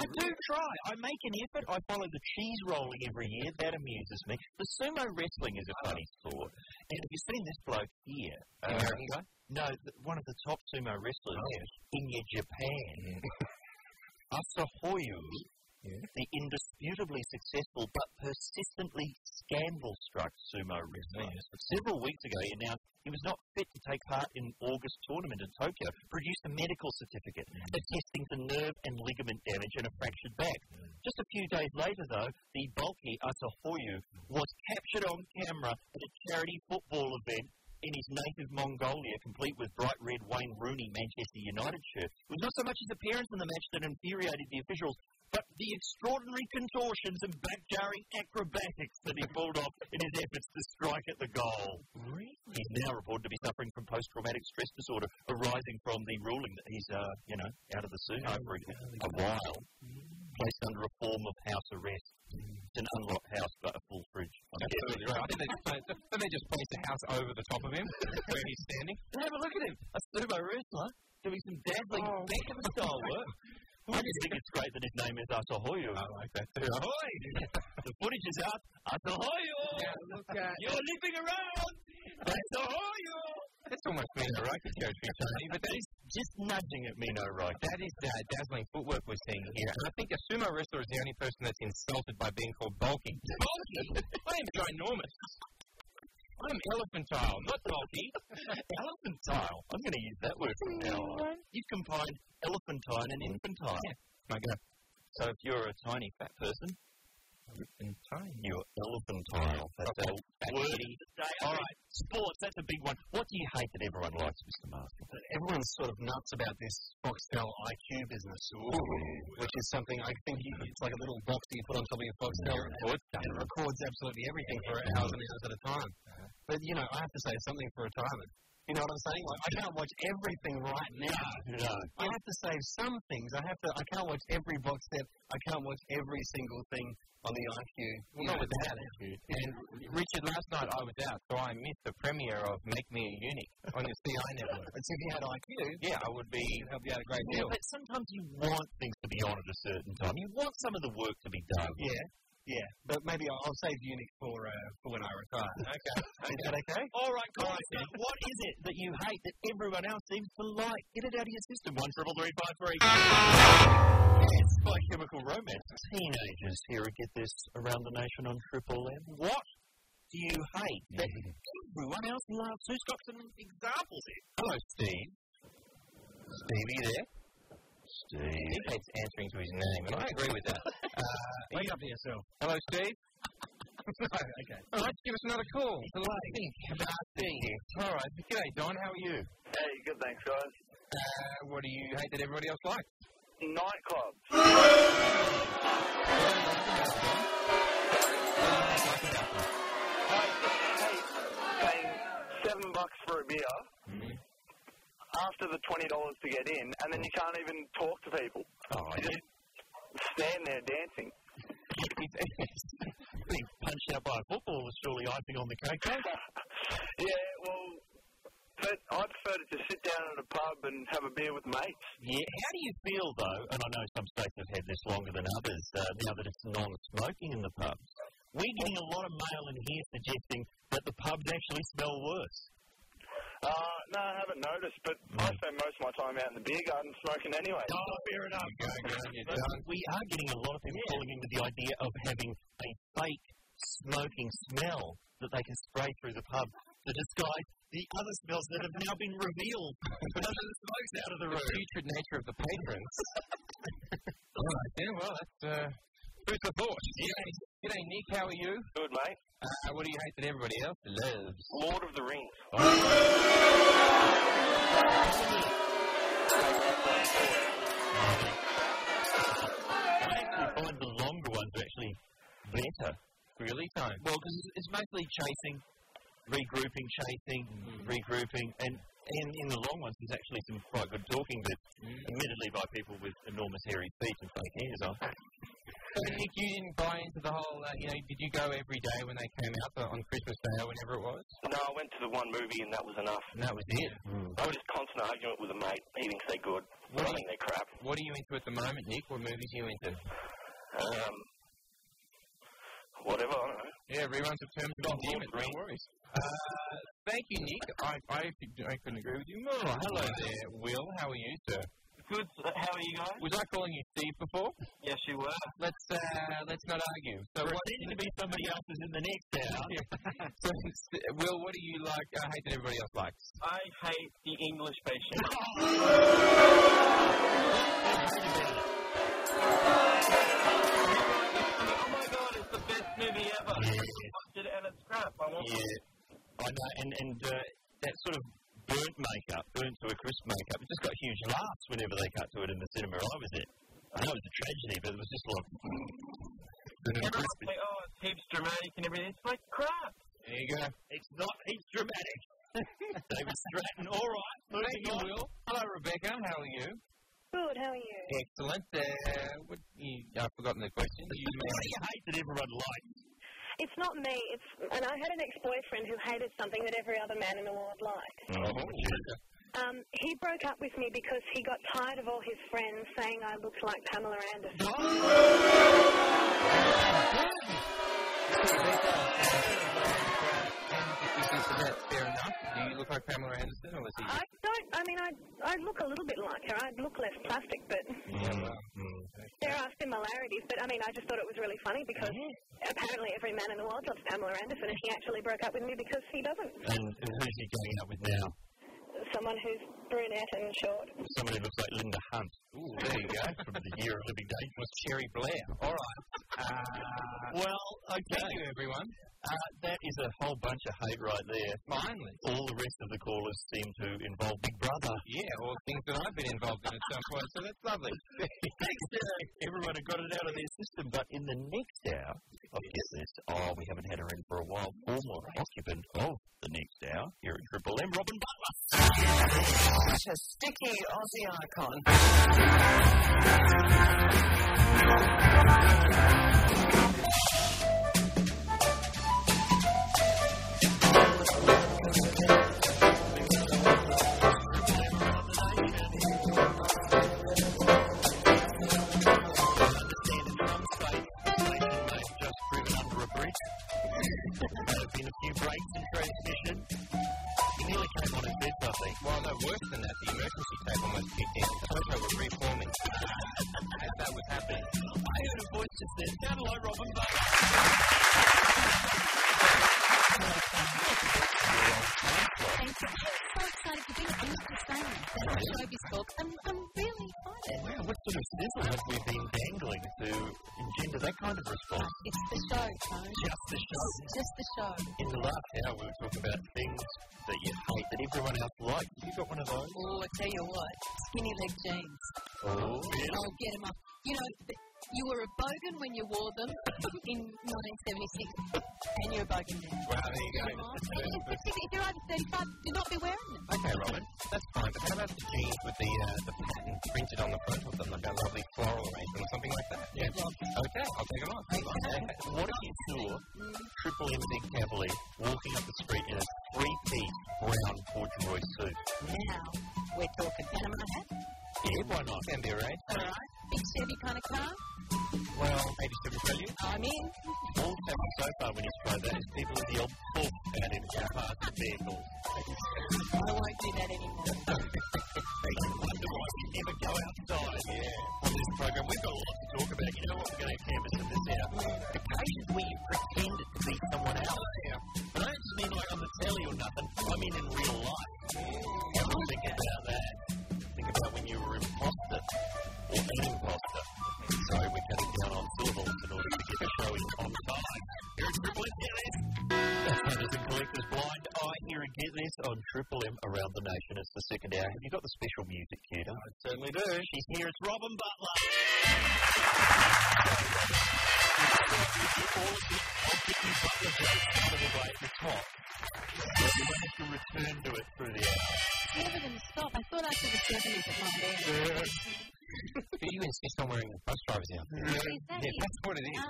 [SPEAKER 1] I do try. I make an effort. I follow the cheese rolling every year. That amuses me. The sumo wrestling is a funny sport. And have you seen this bloke here?
[SPEAKER 2] The American guy?
[SPEAKER 1] No, th- one of the top sumo wrestlers in your Japan. Asahoyu, the indisputably successful but persistently scandal-struck sumo wrestler. Several weeks ago, he announced he was not fit to take part in an August tournament in Tokyo, produced a medical certificate attesting to nerve and ligament damage and a fractured back. Just a few days later, though, the bulky Asahoyu was captured on camera at a charity football event in his native Mongolia, complete with bright red Wayne Rooney Manchester United shirt. It was not so much his appearance in the match that infuriated the officials, but the extraordinary contortions and back jarring acrobatics that he pulled off in his efforts to strike at the goal. Really? He's now reported to be suffering from post traumatic stress disorder arising from the ruling that he's, uh, you know, out of the sumo for a while, placed under a form of house arrest. It's an unlocked house, but a full fridge. I'm guessing.
[SPEAKER 2] Mm. Absolutely right. I think they just, pla- don't they just place a house over the top of him where he's standing?
[SPEAKER 1] Have a look at him. A sumo wrestler doing some dazzling
[SPEAKER 2] Oh.
[SPEAKER 1] Beckham style work. I just think it's great that his name is Asahoyo. I like that too. Ahoy! the footage is up. Asahoyo!
[SPEAKER 2] look at
[SPEAKER 1] You're leaping around! Asahoyo!
[SPEAKER 2] that's almost Mino Rocky territory, Tony. But that is
[SPEAKER 1] Just nudging at me, no right.
[SPEAKER 2] that is uh, dazzling footwork we're seeing here. And I think a sumo wrestler is the only person that's insulted by being called bulky. Bulky? I am ginormous. I'm elephantile, not bulky.
[SPEAKER 1] Elephantile. I'm going to use that word from now on. You've combined elephantine and infantile.
[SPEAKER 2] My God,
[SPEAKER 1] So if you're a tiny fat person,
[SPEAKER 2] elephantine.
[SPEAKER 1] you're elephantile. That's a word of the day. All right, sports. That's a big one. What do you hate that everyone likes, Mr. Master?
[SPEAKER 3] Everyone's sort of nuts about this Foxtel IQ business, which is something I think you, it's like a little box that you put on top of your Foxtel and, and it records absolutely everything for hours and hours at a time. But you know, I have to say something for retirement. You know what I'm saying? Like, I can't watch everything right now. I have to save some things. I have to. I can't watch every box set. I can't watch every single thing on the IQ.
[SPEAKER 2] Well, not with that attitude. And Richard, last night I was out, so I missed the premiere of Make Me a Eunuch on the CI network.
[SPEAKER 3] It's if you had IQ,
[SPEAKER 2] Yeah, I would be help you out a great
[SPEAKER 1] Yeah,
[SPEAKER 2] deal.
[SPEAKER 1] but sometimes you want things to be on at a certain time. You want some of the work to be done.
[SPEAKER 3] Yeah, yeah. But maybe I'll, I'll save Unix for uh, for when I retire. Okay. Is that okay?
[SPEAKER 1] All right, guys. so what is it that you hate that everyone else seems to like? Get it out of your system. One triple three five three. It's by Chemical Romance. Teenagers here at get this around the nation on Triple M. What do you hate that everyone else loves? Who's got some examples here? Mm-hmm. Hello, Steve. Stevie there.
[SPEAKER 2] He
[SPEAKER 1] Steve.
[SPEAKER 2] hates answering to his name, and I agree with that.
[SPEAKER 3] Wake up to yourself.
[SPEAKER 2] Hello, Steve.
[SPEAKER 3] okay.
[SPEAKER 2] Oh, All right, give us another call. It's a lot to think about Steve. All right, g'day, Don. How are you?
[SPEAKER 7] Hey, good thanks, guys.
[SPEAKER 2] Uh, what do you hate that everybody else likes?
[SPEAKER 7] Nightclubs. I hate paying seven bucks for a beer after the twenty dollars to get in, and then you can't even talk to people.
[SPEAKER 1] Oh,
[SPEAKER 7] You
[SPEAKER 1] yeah.
[SPEAKER 7] just stand there dancing.
[SPEAKER 1] Being punched out by a football was surely icing on the cake. though.
[SPEAKER 7] Yeah, well, but I prefer to just sit down at a pub and have a beer with mates.
[SPEAKER 1] Yeah. How do you feel though? And I know some states have had this longer than others. Uh, now that it's non-smoking in the pubs, we're getting a lot of mail in here suggesting that the pubs actually smell worse.
[SPEAKER 7] Uh, no, I haven't noticed, but I spend most of my time out in the beer garden smoking anyway.
[SPEAKER 1] Oh, fair enough. But we are getting a lot of people falling into the idea of having a fake smoking smell that they can spray through the pub to disguise the other smells that have now been revealed. None of the smoke's out of the room.
[SPEAKER 2] Putrid nature of the patrons. All right, yeah, well, that's uh, food for thought. Yeah. G'day, Nick. How are you?
[SPEAKER 7] Good, mate.
[SPEAKER 2] Uh, what do you hate that everybody else loves?
[SPEAKER 7] Lord of the Rings.
[SPEAKER 1] I actually find the longer ones are actually better.
[SPEAKER 2] Really, Tone?
[SPEAKER 1] Well, because it's mostly chasing, regrouping, chasing, regrouping, and, and in the long ones, there's actually some quite good talking, but
[SPEAKER 2] Mm.
[SPEAKER 1] admittedly by people with enormous hairy feet and fake hairs on.
[SPEAKER 2] So, Nick, you didn't buy into the whole, uh, you know, did you go every day when they came out uh, on Christmas Day or whenever it was?
[SPEAKER 7] No, I went to the one movie and that was enough.
[SPEAKER 2] And that was it.
[SPEAKER 7] I was just constant argument with a mate. He thinks they're
[SPEAKER 2] What,
[SPEAKER 7] good. I
[SPEAKER 2] are you,
[SPEAKER 7] think they're crap.
[SPEAKER 2] what are you into at the moment, Nick? What movies are you into?
[SPEAKER 7] Um, whatever, I don't know.
[SPEAKER 2] Yeah, reruns of Terms of Endearment. No worries. Uh, thank you, Nick. I, I, I couldn't agree with you more. Hello there, Will. How are you, sir?
[SPEAKER 7] Good. How are you guys?
[SPEAKER 2] Was I calling you Steve before?
[SPEAKER 7] Yes, you were.
[SPEAKER 2] Let's uh, let's not argue. So, what
[SPEAKER 1] Pretend to be somebody else's in the next hour.
[SPEAKER 2] so, Will, what do you like? I hate that everybody else likes.
[SPEAKER 7] I hate the English patient. oh my god, it's the best movie ever. I watched it and it's crap. I want it.
[SPEAKER 1] Yeah, I know, and and uh, that sort of burnt makeup, burnt to a crisp makeup, it just got huge laughs whenever they cut to it in the cinema. I was it. I know it was a tragedy, but it was just like
[SPEAKER 7] Everyone's like, oh, it's heaps dramatic and everything. It's like crap.
[SPEAKER 2] There you go.
[SPEAKER 1] it's not it's dramatic. David Stratton, all right,
[SPEAKER 2] Thank
[SPEAKER 1] moving
[SPEAKER 2] you,
[SPEAKER 1] on.
[SPEAKER 2] Will. Hello, Rebecca. How are you?
[SPEAKER 8] Good, how are you?
[SPEAKER 2] Excellent. Uh, what, you, I've forgotten the question. You may-
[SPEAKER 1] you hate that everyone likes.
[SPEAKER 8] It's not me. It's and I had an ex-boyfriend who hated something that every other man in the world liked.
[SPEAKER 1] Oh,
[SPEAKER 8] Um, he broke up with me because he got tired of all his friends saying I looked like Pamela Anderson.
[SPEAKER 2] is that- is that fair enough? Do you look like Pamela Anderson, or is he?
[SPEAKER 8] I don't. I mean, I I look a little bit like her. I look less plastic, but there are similarities. But I mean, I just thought it was really funny because apparently every man in the world loves Pamela Anderson, and he actually broke up with me because he doesn't.
[SPEAKER 1] And who's he going out with now?
[SPEAKER 8] Someone who's brunette and short.
[SPEAKER 1] Somebody who looks like Linda Hunt. Ooh, there you go. From the year of living date was Cherry Blair. All right. well, okay.
[SPEAKER 2] Thank you, everyone.
[SPEAKER 1] Uh, that is a whole bunch of hate right there.
[SPEAKER 2] Finally.
[SPEAKER 1] All the rest of the callers seem to involve Big Brother.
[SPEAKER 2] Yeah, all things that I've been involved in at some point, so that's lovely.
[SPEAKER 1] Thanks, uh, everyone who got it out of their system. But in the next hour, I guess this, oh, we haven't had her in for a while. Former occupant of Oh, the next hour here at Triple M, Robin Butler.
[SPEAKER 9] Such a sticky Aussie icon.
[SPEAKER 1] Just driven under a bridge. there have been a few breaks in transmission. He nearly came on and said something.
[SPEAKER 2] Well, no, worse than that, the emergency tape almost kicked in. The hotel was reforming. As that was happening.
[SPEAKER 1] I heard a voice just there. Sounded like Robin Butler.
[SPEAKER 10] Thank you. I'm so excited to be here. I'm not just saying that on Showbiz Talk. I'm, I'm really excited.
[SPEAKER 1] Wow, what sort of sizzle have we been dangling to engender that kind of response?
[SPEAKER 10] It's the show, Tony.
[SPEAKER 1] Just the show.
[SPEAKER 10] It's just the show.
[SPEAKER 1] In the last hour, we were talking about things that you hate that everyone else likes. Have you got one of those?
[SPEAKER 10] Oh, I tell you what, skinny leg jeans.
[SPEAKER 1] Oh,
[SPEAKER 10] I'll get them up. You know, th- you were a bogan when you wore them in 1976, and you're a bogan now.
[SPEAKER 2] Wow, there you go.
[SPEAKER 10] Come on. It's particularly- If you're under 35, do not be wearing them.
[SPEAKER 2] Okay, Robin, that's fine, but how about the jeans with the, uh, the pattern printed on the front of them, like a lovely floral arrangement or something like that? Yeah. Okay, I'll take them off.
[SPEAKER 1] What if you saw Triple M Big Cavalier walking up the street in a three-piece brown corduroy suit?
[SPEAKER 10] Now, we're talking Panama hat,
[SPEAKER 1] Yeah, why not?
[SPEAKER 2] Can be arranged.
[SPEAKER 10] big Chevy kind of car.
[SPEAKER 2] Well, 87 value.
[SPEAKER 10] I'm in.
[SPEAKER 1] All that's happened so far when you try that is people in the old pulp at him to pass the vehicles.
[SPEAKER 10] I won't do that anymore.
[SPEAKER 1] They wonder why we never go outside. Yeah. On this program, we've got a lot to talk about. You know what? We're going to canvas in this hour. Occasions where you pretend to be someone else. Yeah. And I don't just mean like on the telly or nothing. I mean in real life. Have a think about that. Think about when you were imposter or an imposter. So we're cutting down on syllables in order to get the show in on time. Here at Triple M, get this. That's how there's a collector's blind eye here at Get This on Triple M around the nation. It's the second hour. Have you got the special music queued up? I certainly do. She's here. It's Robin Butler. All of this Big Butler jokes out of the way at the top. So you won't have to return to it through the hour.
[SPEAKER 10] It's never going to stop. I thought after the 70s it might be.
[SPEAKER 2] Do you insist on wearing bus drivers now?
[SPEAKER 10] Is that
[SPEAKER 2] Yeah,
[SPEAKER 10] it?
[SPEAKER 2] that's what it is.
[SPEAKER 10] Ah,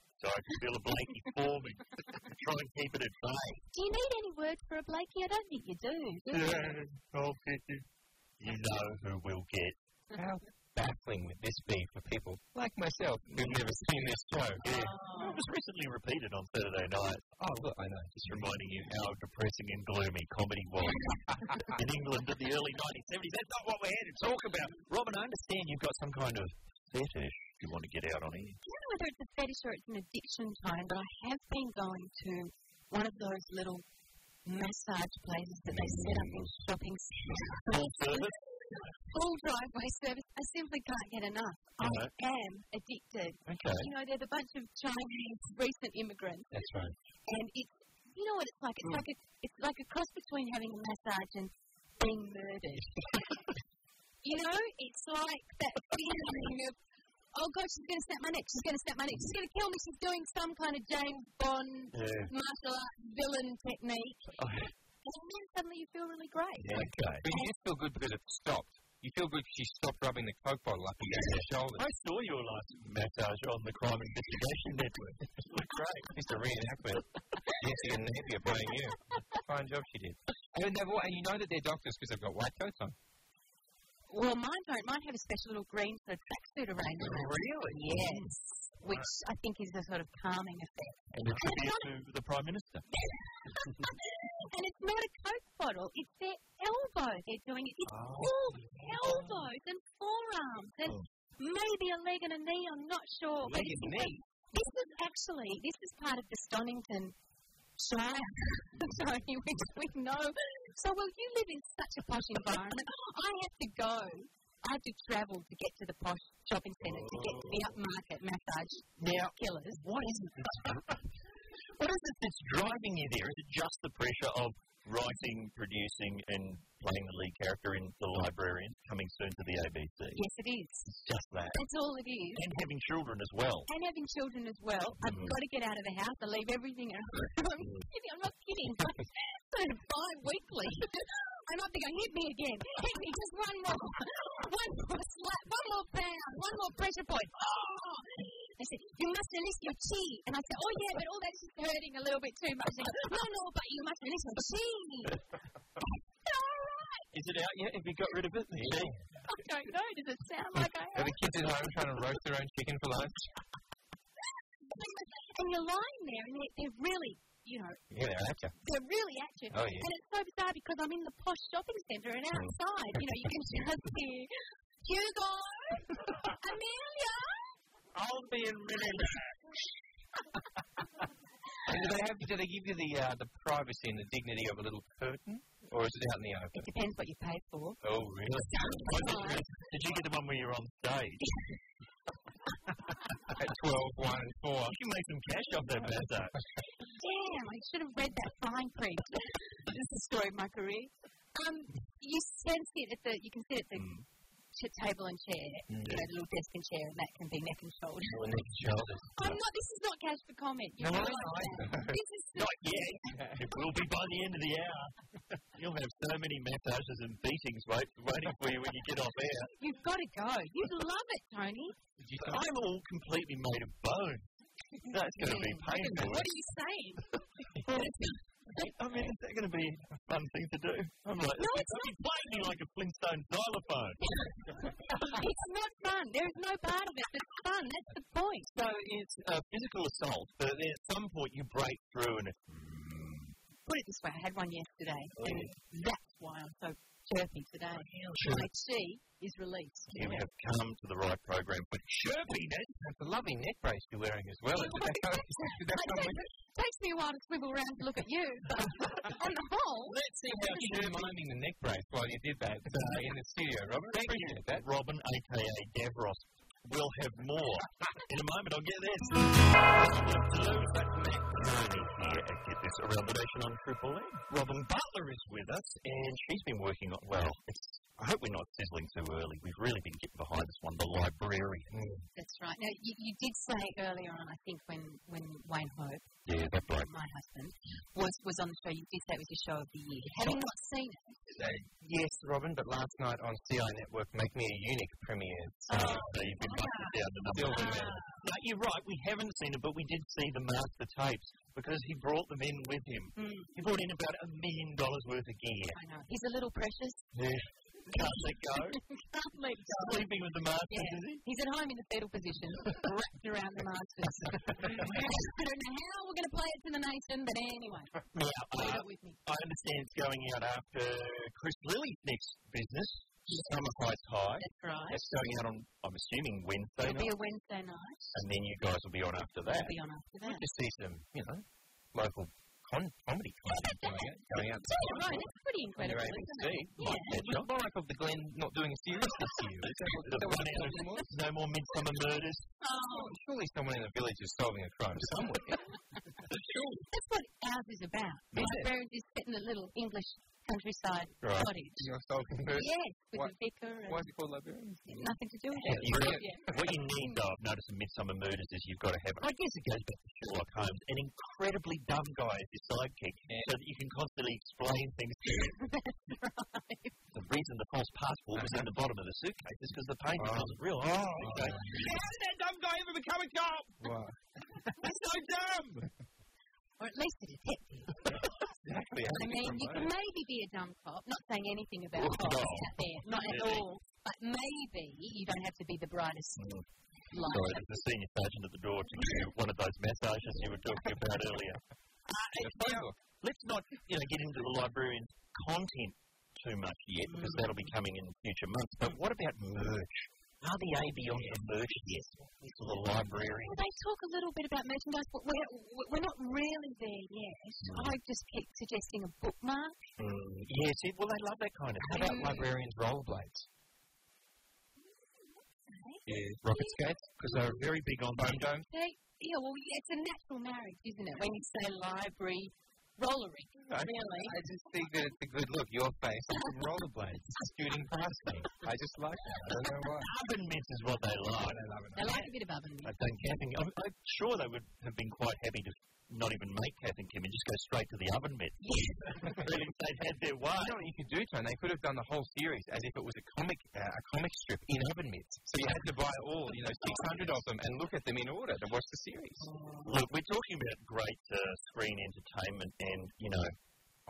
[SPEAKER 1] So I can feel a blankie forming. Try and keep it at bay.
[SPEAKER 10] do you need any words for a Blakey? I don't think you do. do you?
[SPEAKER 1] You know who will get.
[SPEAKER 2] How baffling would this be for people like myself who've never seen this show?
[SPEAKER 10] Oh.
[SPEAKER 1] It was recently repeated on Saturday night.
[SPEAKER 2] Oh, look, I know.
[SPEAKER 1] just reminding you how depressing and gloomy comedy was in England in the early 1970s. That's not what we're here to talk about. Robin, I understand you've got some kind of fetish you want to get out on here.
[SPEAKER 10] I don't know whether it's a fetish or it's an addiction time, but I have been going to one of those little massage places that they set up in shopping centres.
[SPEAKER 1] service?
[SPEAKER 10] Full driveway service. I simply can't get enough. I
[SPEAKER 1] No.
[SPEAKER 10] am addicted.
[SPEAKER 1] Okay.
[SPEAKER 10] You know, they're the bunch of Chinese recent immigrants,
[SPEAKER 2] That's right.
[SPEAKER 10] and it's you know what it's like. It's like a it's like a cross between having a massage and being murdered. you know, it's like that feeling of oh god, she's going to snap my neck. She's going to snap my neck. She's going to kill me. She's doing some kind of James Bond
[SPEAKER 1] Yeah.
[SPEAKER 10] martial arts villain technique. And then suddenly you feel really great.
[SPEAKER 1] Okay.
[SPEAKER 2] But you just feel good because it stopped. You feel good because you stopped rubbing the coke bottle up against your shoulders.
[SPEAKER 1] I saw your last massage on the Crime Investigation Network. Looked great.
[SPEAKER 2] It's a reenactment. Nancy and Napier playing you. Fine job she did. And, they've all, and you know that they're doctors because they've got white coats on.
[SPEAKER 10] Well, mine don't. Mine have a special little green sort of tracksuit arrangement.
[SPEAKER 1] Really?
[SPEAKER 10] Yes. Which I think is a sort of calming effect.
[SPEAKER 1] And a tribute to the Prime Minister.
[SPEAKER 10] and it's not a Coke bottle, it's their elbow they're doing it. It's
[SPEAKER 1] Oh,
[SPEAKER 10] all elbows and forearms and maybe a leg and a knee, I'm not sure. but
[SPEAKER 2] Leg and
[SPEAKER 10] it's-
[SPEAKER 2] knee?
[SPEAKER 10] This is actually, this is part of the Stonington Shire. Sorry, we, we know. So, well, you live in such a posh environment. I have to go. I have to travel to get to the posh shopping centre to get to the upmarket massage
[SPEAKER 1] Oh. Now,
[SPEAKER 10] killers.
[SPEAKER 1] what is it that's what is it that's driving you there? Is it just the pressure of writing, producing, and playing the lead character in The Librarian, coming soon to the ABC?
[SPEAKER 10] Yes, it is.
[SPEAKER 1] Just that.
[SPEAKER 10] That's all it is.
[SPEAKER 1] And having children as well.
[SPEAKER 10] and having children as well. I've got to get out of the house. I leave everything at home. I'm kidding. I'm not kidding. sort of bi-weekly. I might be going, hit me again. Hit me just one more. One more slap. One more pound. One more pressure point. Oh! They said, you must release your chi. And I said, oh yeah, but all that's just hurting a little bit too much. They go, no, no, but you must release your chi. All right.
[SPEAKER 1] Is it out yet? Have you got rid of it? Yeah.
[SPEAKER 10] I don't know. Does it sound like I
[SPEAKER 2] Are the kids at home trying to roast their own chicken for lunch?
[SPEAKER 10] And you're lying there and they're, they're really, you know,
[SPEAKER 2] Yeah, they're after.
[SPEAKER 10] they're really at you.
[SPEAKER 2] Oh, yeah.
[SPEAKER 10] And it's so bizarre because I'm in the posh shopping centre and outside, you know, you can just hear Hugo, Amelia.
[SPEAKER 2] I'll be in minute. and Oh, do they have? Do they give you the uh, the privacy and the dignity of a little curtain, or is it out in the open?
[SPEAKER 10] It depends what you pay for.
[SPEAKER 2] Oh, really?
[SPEAKER 10] Sometimes,
[SPEAKER 1] Did you get the one where you're on stage?
[SPEAKER 2] At twelve, one and four.
[SPEAKER 1] You can make some cash off that massage.
[SPEAKER 10] damn, I should have read that fine print. this is the story of my career. Um, you can sit at the, you can sit at the ch- table and chair, you know, the little desk and chair, and that can be neck and shoulder. I'm not. This is not cash for comment. You
[SPEAKER 2] No, I
[SPEAKER 10] know that. This is
[SPEAKER 1] Not yet. It will be by the end of the hour. You'll have so many massages and beatings wait, waiting for you when you get off air.
[SPEAKER 10] You've got to go. You'd love it, Tony.
[SPEAKER 1] I'm all completely made of bone. That's going to be painful.
[SPEAKER 10] What are you saying?
[SPEAKER 1] I mean, is that going to be a fun thing to do? I'm like,
[SPEAKER 10] No, it's
[SPEAKER 1] you're playing me like a Flintstone xylophone.
[SPEAKER 10] it's not fun. There is no part of it that's fun. That's the point.
[SPEAKER 1] So it's a physical assault, but at some point you break through and it's
[SPEAKER 10] Put it this way, I had one yesterday,
[SPEAKER 1] Oh,
[SPEAKER 10] and that's why I'm so chirpy today. My chi is released.
[SPEAKER 1] you have come to the right program for chirpiness.
[SPEAKER 2] That's a lovely neck brace you're wearing as well. isn't it? That's
[SPEAKER 10] I
[SPEAKER 2] not
[SPEAKER 10] guess it takes me a while to swivel around to look at you, but on the whole,
[SPEAKER 2] Let's see how you were minding the neck brace while you did that uh, in the studio, Robert.
[SPEAKER 1] Thank you,
[SPEAKER 2] Appreciate that.
[SPEAKER 1] Robin, aka Davros. We'll have more in a moment. I'll get this. Here at Get This Around the Nation on Triple M. Robin Butler is with us, and she's been working on. Well, it's, I hope we're not sizzling too early. We've really been getting behind this one, the librarian.
[SPEAKER 10] that's right. Now, you, you did say earlier on, I think, when, when Wayne Hope,
[SPEAKER 1] Yeah, that bloke.
[SPEAKER 10] my husband, was, was on the show, you did say it was your show of the year. Having not seen it,
[SPEAKER 2] Yes, Robin, but last night on CI Network, Make Me a Eunuch premiered. So
[SPEAKER 1] So you've been busted down the number.
[SPEAKER 2] silver medal.
[SPEAKER 1] No, Oh. uh, you're right. We haven't seen it, but we did see the master tapes because he brought them in with him.
[SPEAKER 2] Hmm.
[SPEAKER 10] Mm.
[SPEAKER 1] He brought in about a million dollars worth of gear.
[SPEAKER 10] I know. He's a little precious.
[SPEAKER 1] Can't let go.
[SPEAKER 10] Can't let go.
[SPEAKER 1] Sleeping with the master,
[SPEAKER 10] Yeah.
[SPEAKER 1] is he?
[SPEAKER 10] He's at home in the fetal position, wrapped around the masters. I don't know how we're going to play it to the nation, but anyway,
[SPEAKER 1] Now,
[SPEAKER 10] leave
[SPEAKER 1] uh,
[SPEAKER 10] it with me.
[SPEAKER 1] I understand it's going out after Chris Lilly's next business, Summer Heights High.
[SPEAKER 10] That's right.
[SPEAKER 1] That's going out on, I'm assuming, Wednesday
[SPEAKER 10] It'll be
[SPEAKER 1] night.
[SPEAKER 10] a Wednesday night.
[SPEAKER 1] And then you guys will be on after that.
[SPEAKER 10] We'll be on after that.
[SPEAKER 2] just see some, you know, local con- comedy content going out. Going out to
[SPEAKER 10] Yeah, right. That's pretty
[SPEAKER 2] your
[SPEAKER 10] incredible, isn't
[SPEAKER 2] ABC.
[SPEAKER 10] it?
[SPEAKER 2] Like
[SPEAKER 10] Yeah.
[SPEAKER 2] that job. Monarch of the Glen not doing a series this year. Is that what- is that what it is?
[SPEAKER 1] There's no more Midsummer Murders.
[SPEAKER 10] Oh,
[SPEAKER 2] Surely someone in the village is solving a crime somewhere.
[SPEAKER 10] that's what ours is about.
[SPEAKER 2] Is
[SPEAKER 10] My
[SPEAKER 2] it?
[SPEAKER 10] parents is set in a little English countryside
[SPEAKER 1] Right.
[SPEAKER 10] cottage.
[SPEAKER 2] You're solving a
[SPEAKER 10] Yes, with
[SPEAKER 2] Why-
[SPEAKER 10] a vicar and
[SPEAKER 2] Why is it called librarian?
[SPEAKER 10] nothing to do with it.
[SPEAKER 1] You
[SPEAKER 2] Brilliant.
[SPEAKER 10] Yeah.
[SPEAKER 1] What you need, though, I've noticed in Midsummer Murders is you've got to have, I guess it goes back to Sherlock Holmes, an incredibly dumb guy as your sidekick so that you can constantly explain things to him. the reason the false passport was in the bottom of the suitcase is because the painting wasn't real. Okay.
[SPEAKER 2] How did that dumb guy ever become a cop?
[SPEAKER 3] Wow.
[SPEAKER 2] That's so dumb.
[SPEAKER 10] Or at least a detective.
[SPEAKER 3] Exactly.
[SPEAKER 10] I mean, you can maybe be a dumb cop. Not saying anything about
[SPEAKER 2] Oh,
[SPEAKER 10] cops out there, not at
[SPEAKER 1] Really?
[SPEAKER 10] all. But maybe you don't have to be the brightest
[SPEAKER 2] Mm.
[SPEAKER 10] light.
[SPEAKER 1] Sorry, there's a senior sergeant at the door to give you one of those massages you were talking about earlier. Let's not, you know, get into the librarian's content too much yet because that'll be coming in future months. But what about merch? Are the AB on the merch yet? For the librarian?
[SPEAKER 10] Well, they talk a little bit about merchandise, but we're, we're not really there yet. I just keep suggesting a bookmark.
[SPEAKER 1] Yes, it- well, they love that kind of
[SPEAKER 2] How
[SPEAKER 1] thing.
[SPEAKER 2] about
[SPEAKER 10] Mm.
[SPEAKER 2] librarians' rollerblades?
[SPEAKER 3] Yeah.
[SPEAKER 1] Rocket skates? Because they're very big on
[SPEAKER 2] Foam dome?
[SPEAKER 10] They, yeah, well, yeah, it's a natural marriage, isn't it? When you say library, rollery, really.
[SPEAKER 2] I just think that it's a good look. Your face is some rollerblades scooting past me. I just like that. I don't know why.
[SPEAKER 1] Oven mints is what they
[SPEAKER 2] I
[SPEAKER 1] like.
[SPEAKER 2] don't love it.
[SPEAKER 10] They like a bit of oven
[SPEAKER 1] I
[SPEAKER 10] mix.
[SPEAKER 1] think Kath and I'm, I'm sure they would have been quite happy to not even make Kath and Kim and just go straight to the oven mitt. Really, if they'd had their way.
[SPEAKER 2] You know what you could do, Tone? They could have done the whole series as if it was a comic, uh, a comic strip in oven mitts. So you had to buy all, you know, 600 of them and look at them in order to watch the series.
[SPEAKER 1] Look, we're talking about great uh, screen entertainment, and you know,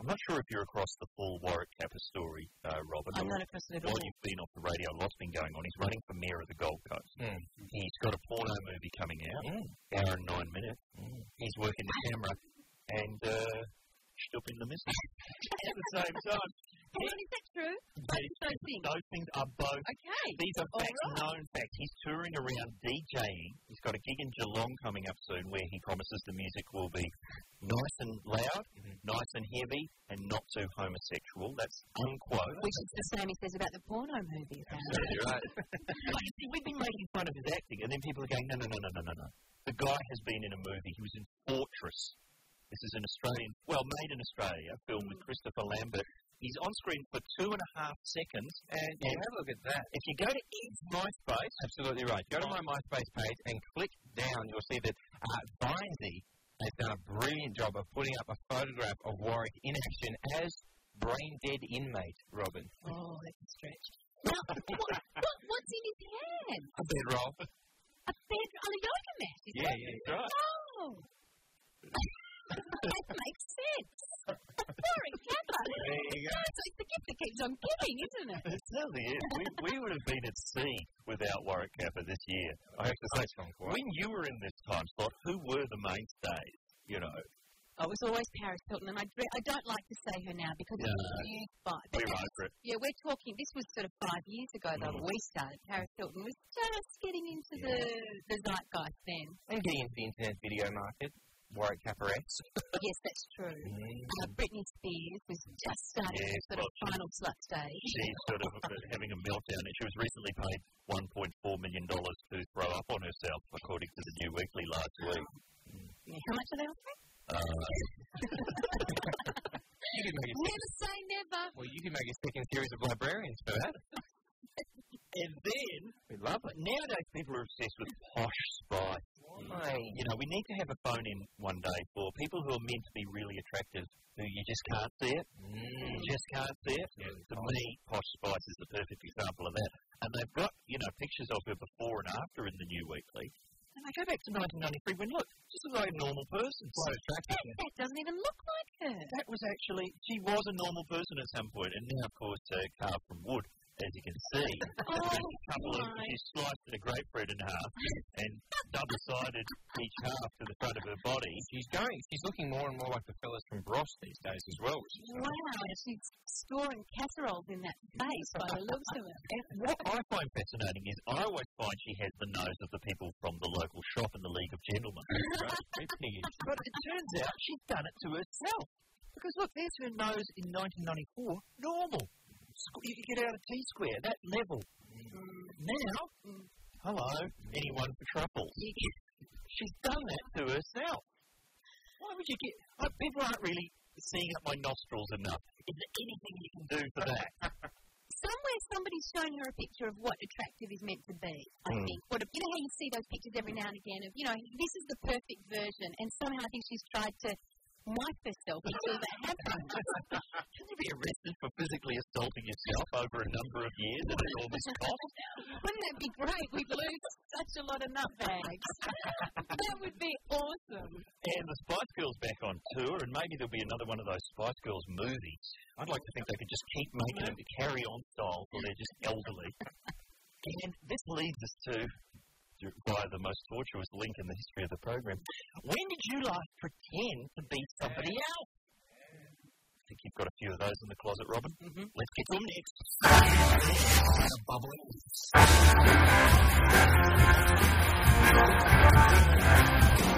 [SPEAKER 1] I'm not sure if you're across the full Warwick Kappa story, uh, Robin.
[SPEAKER 10] I'm
[SPEAKER 1] or
[SPEAKER 10] not across it at
[SPEAKER 1] While
[SPEAKER 10] all.
[SPEAKER 1] you've been off the radio, a lot's been going on. He's running for mayor of the Gold Coast.
[SPEAKER 2] Mm.
[SPEAKER 1] He's got a porno movie coming out, hour and nine minutes. He's working the camera, and uh, still in the message at the same time.
[SPEAKER 10] Hang on, Oh, is that true? Both of those things.
[SPEAKER 1] Those things are both
[SPEAKER 10] Okay.
[SPEAKER 1] these are
[SPEAKER 10] All
[SPEAKER 1] facts, known facts. He's touring around DJing. He's got a gig in Geelong coming up soon where he promises the music will be nice and loud, nice and heavy, and not too homosexual. That's unquote.
[SPEAKER 10] Which is the same he says about the porno movie. apparently.
[SPEAKER 1] Like, see, we've been making fun of his acting, and then people are going, no, no, no, no, no, no, no. The guy has been in a movie. He was in Fortress. This is an Australian, well, made in Australia, film with Christopher Lambert. He's on screen for two and a half seconds.
[SPEAKER 2] And you have a look at that.
[SPEAKER 1] If you go to his
[SPEAKER 2] MySpace, absolutely right. Go to my MySpace page and click down. You'll see that uh, Bindsy has done a brilliant job of putting up a photograph of Warwick in action as brain dead inmate Robin.
[SPEAKER 10] Oh, that's a stretch. Now, what, what, what's in his hand?
[SPEAKER 2] A bed roll.
[SPEAKER 10] A oh, bed on a yoga mat. Is
[SPEAKER 2] Yeah,
[SPEAKER 10] that
[SPEAKER 2] yeah, that's right.
[SPEAKER 10] Oh. that makes sense. Warwick Kappa.
[SPEAKER 2] There you go.
[SPEAKER 10] That's like the gift that keeps on giving, isn't it?
[SPEAKER 1] It certainly is. We, we would have been at sea without Warwick Kappa this year.
[SPEAKER 2] I have to say, Tom, quite.
[SPEAKER 1] When you were in this time slot, who were the mainstays? You know,
[SPEAKER 10] Oh, it was always Paris Hilton, and I, dre- I don't like to say her now because it's a huge fight.
[SPEAKER 1] we were over it.
[SPEAKER 10] Yeah, we're talking. This was sort of five years ago, though.
[SPEAKER 1] Mm.
[SPEAKER 10] when We started. Paris Hilton was just getting into the the zeitgeist then.
[SPEAKER 2] And getting into the internet video market, Warwick Kappa X.
[SPEAKER 10] yes, that's true. Uh, Britney Spears was just starting
[SPEAKER 1] Yes,
[SPEAKER 10] the sort of
[SPEAKER 1] well,
[SPEAKER 10] final slut stage.
[SPEAKER 1] She's sort of uh, having a meltdown, and she was recently paid $1.4 million to throw up on herself, according to the New Weekly last week.
[SPEAKER 10] Yeah, How much are they offering?
[SPEAKER 2] You could make a,
[SPEAKER 10] Never say never.
[SPEAKER 2] well, you could make a second series of librarians for that.
[SPEAKER 1] And then, we love it. Nowadays, people are obsessed with posh spice. You know, we need to have a phone in one day for people who are meant to be really attractive, who you just can't see it. You just can't see it. To me, Mm. Posh Spice is the perfect example of that. And they've got, you know, pictures of her before and after in the New Weekly. And they go back to 1993 when, look, just a very normal person. So attractive.
[SPEAKER 10] That, that doesn't even look like her.
[SPEAKER 1] That was actually, she was a normal person at some point, and now, of course, uh, carved from wood, as you can see.
[SPEAKER 10] Oh,
[SPEAKER 1] Couple of,
[SPEAKER 10] my.
[SPEAKER 1] she sliced a grapefruit in half and double-sided each half to the front of her body.
[SPEAKER 2] She's going. She's looking more and more like the fellas from Bros these days as well, which is
[SPEAKER 10] Wow, she's storing casseroles in that face by the looks of it.
[SPEAKER 1] What I find fascinating is I always find she has the nose of the people from the local shop in the League of Gentlemen. but it turns out she's done it to herself. Because look, there's her nose in 1994, normal. Squ- You could get out of T square, that level. Now, hello, anyone for truffle? She's done that to herself. Why would you get? Oh, people aren't really seeing up my nostrils enough. Is there anything you can do for that?
[SPEAKER 10] Somewhere somebody's shown her a picture of what attractive is meant to be, I
[SPEAKER 1] Mm.
[SPEAKER 10] think. What a, you know how you see those pictures every now and again of, you know, this is the perfect version, and somehow I think she's tried to wipe herself until that happens.
[SPEAKER 1] Can you be arrested for physically assaulting yourself over a number of years and all this cost?
[SPEAKER 10] Wouldn't it be great? We'd lose such a lot of nutbags. that would be awesome.
[SPEAKER 1] And the Spice Girls back on tour, and maybe there'll be another one of those Spice Girls movies. I'd like to think they could just keep making them carry on style till they're just elderly. and this leads us to to- via the most tortuous link in the history of the program. When did you last pretend to be somebody else? I think you've got a few of those in the closet, Robin. Mm-hmm. Let's get to them next.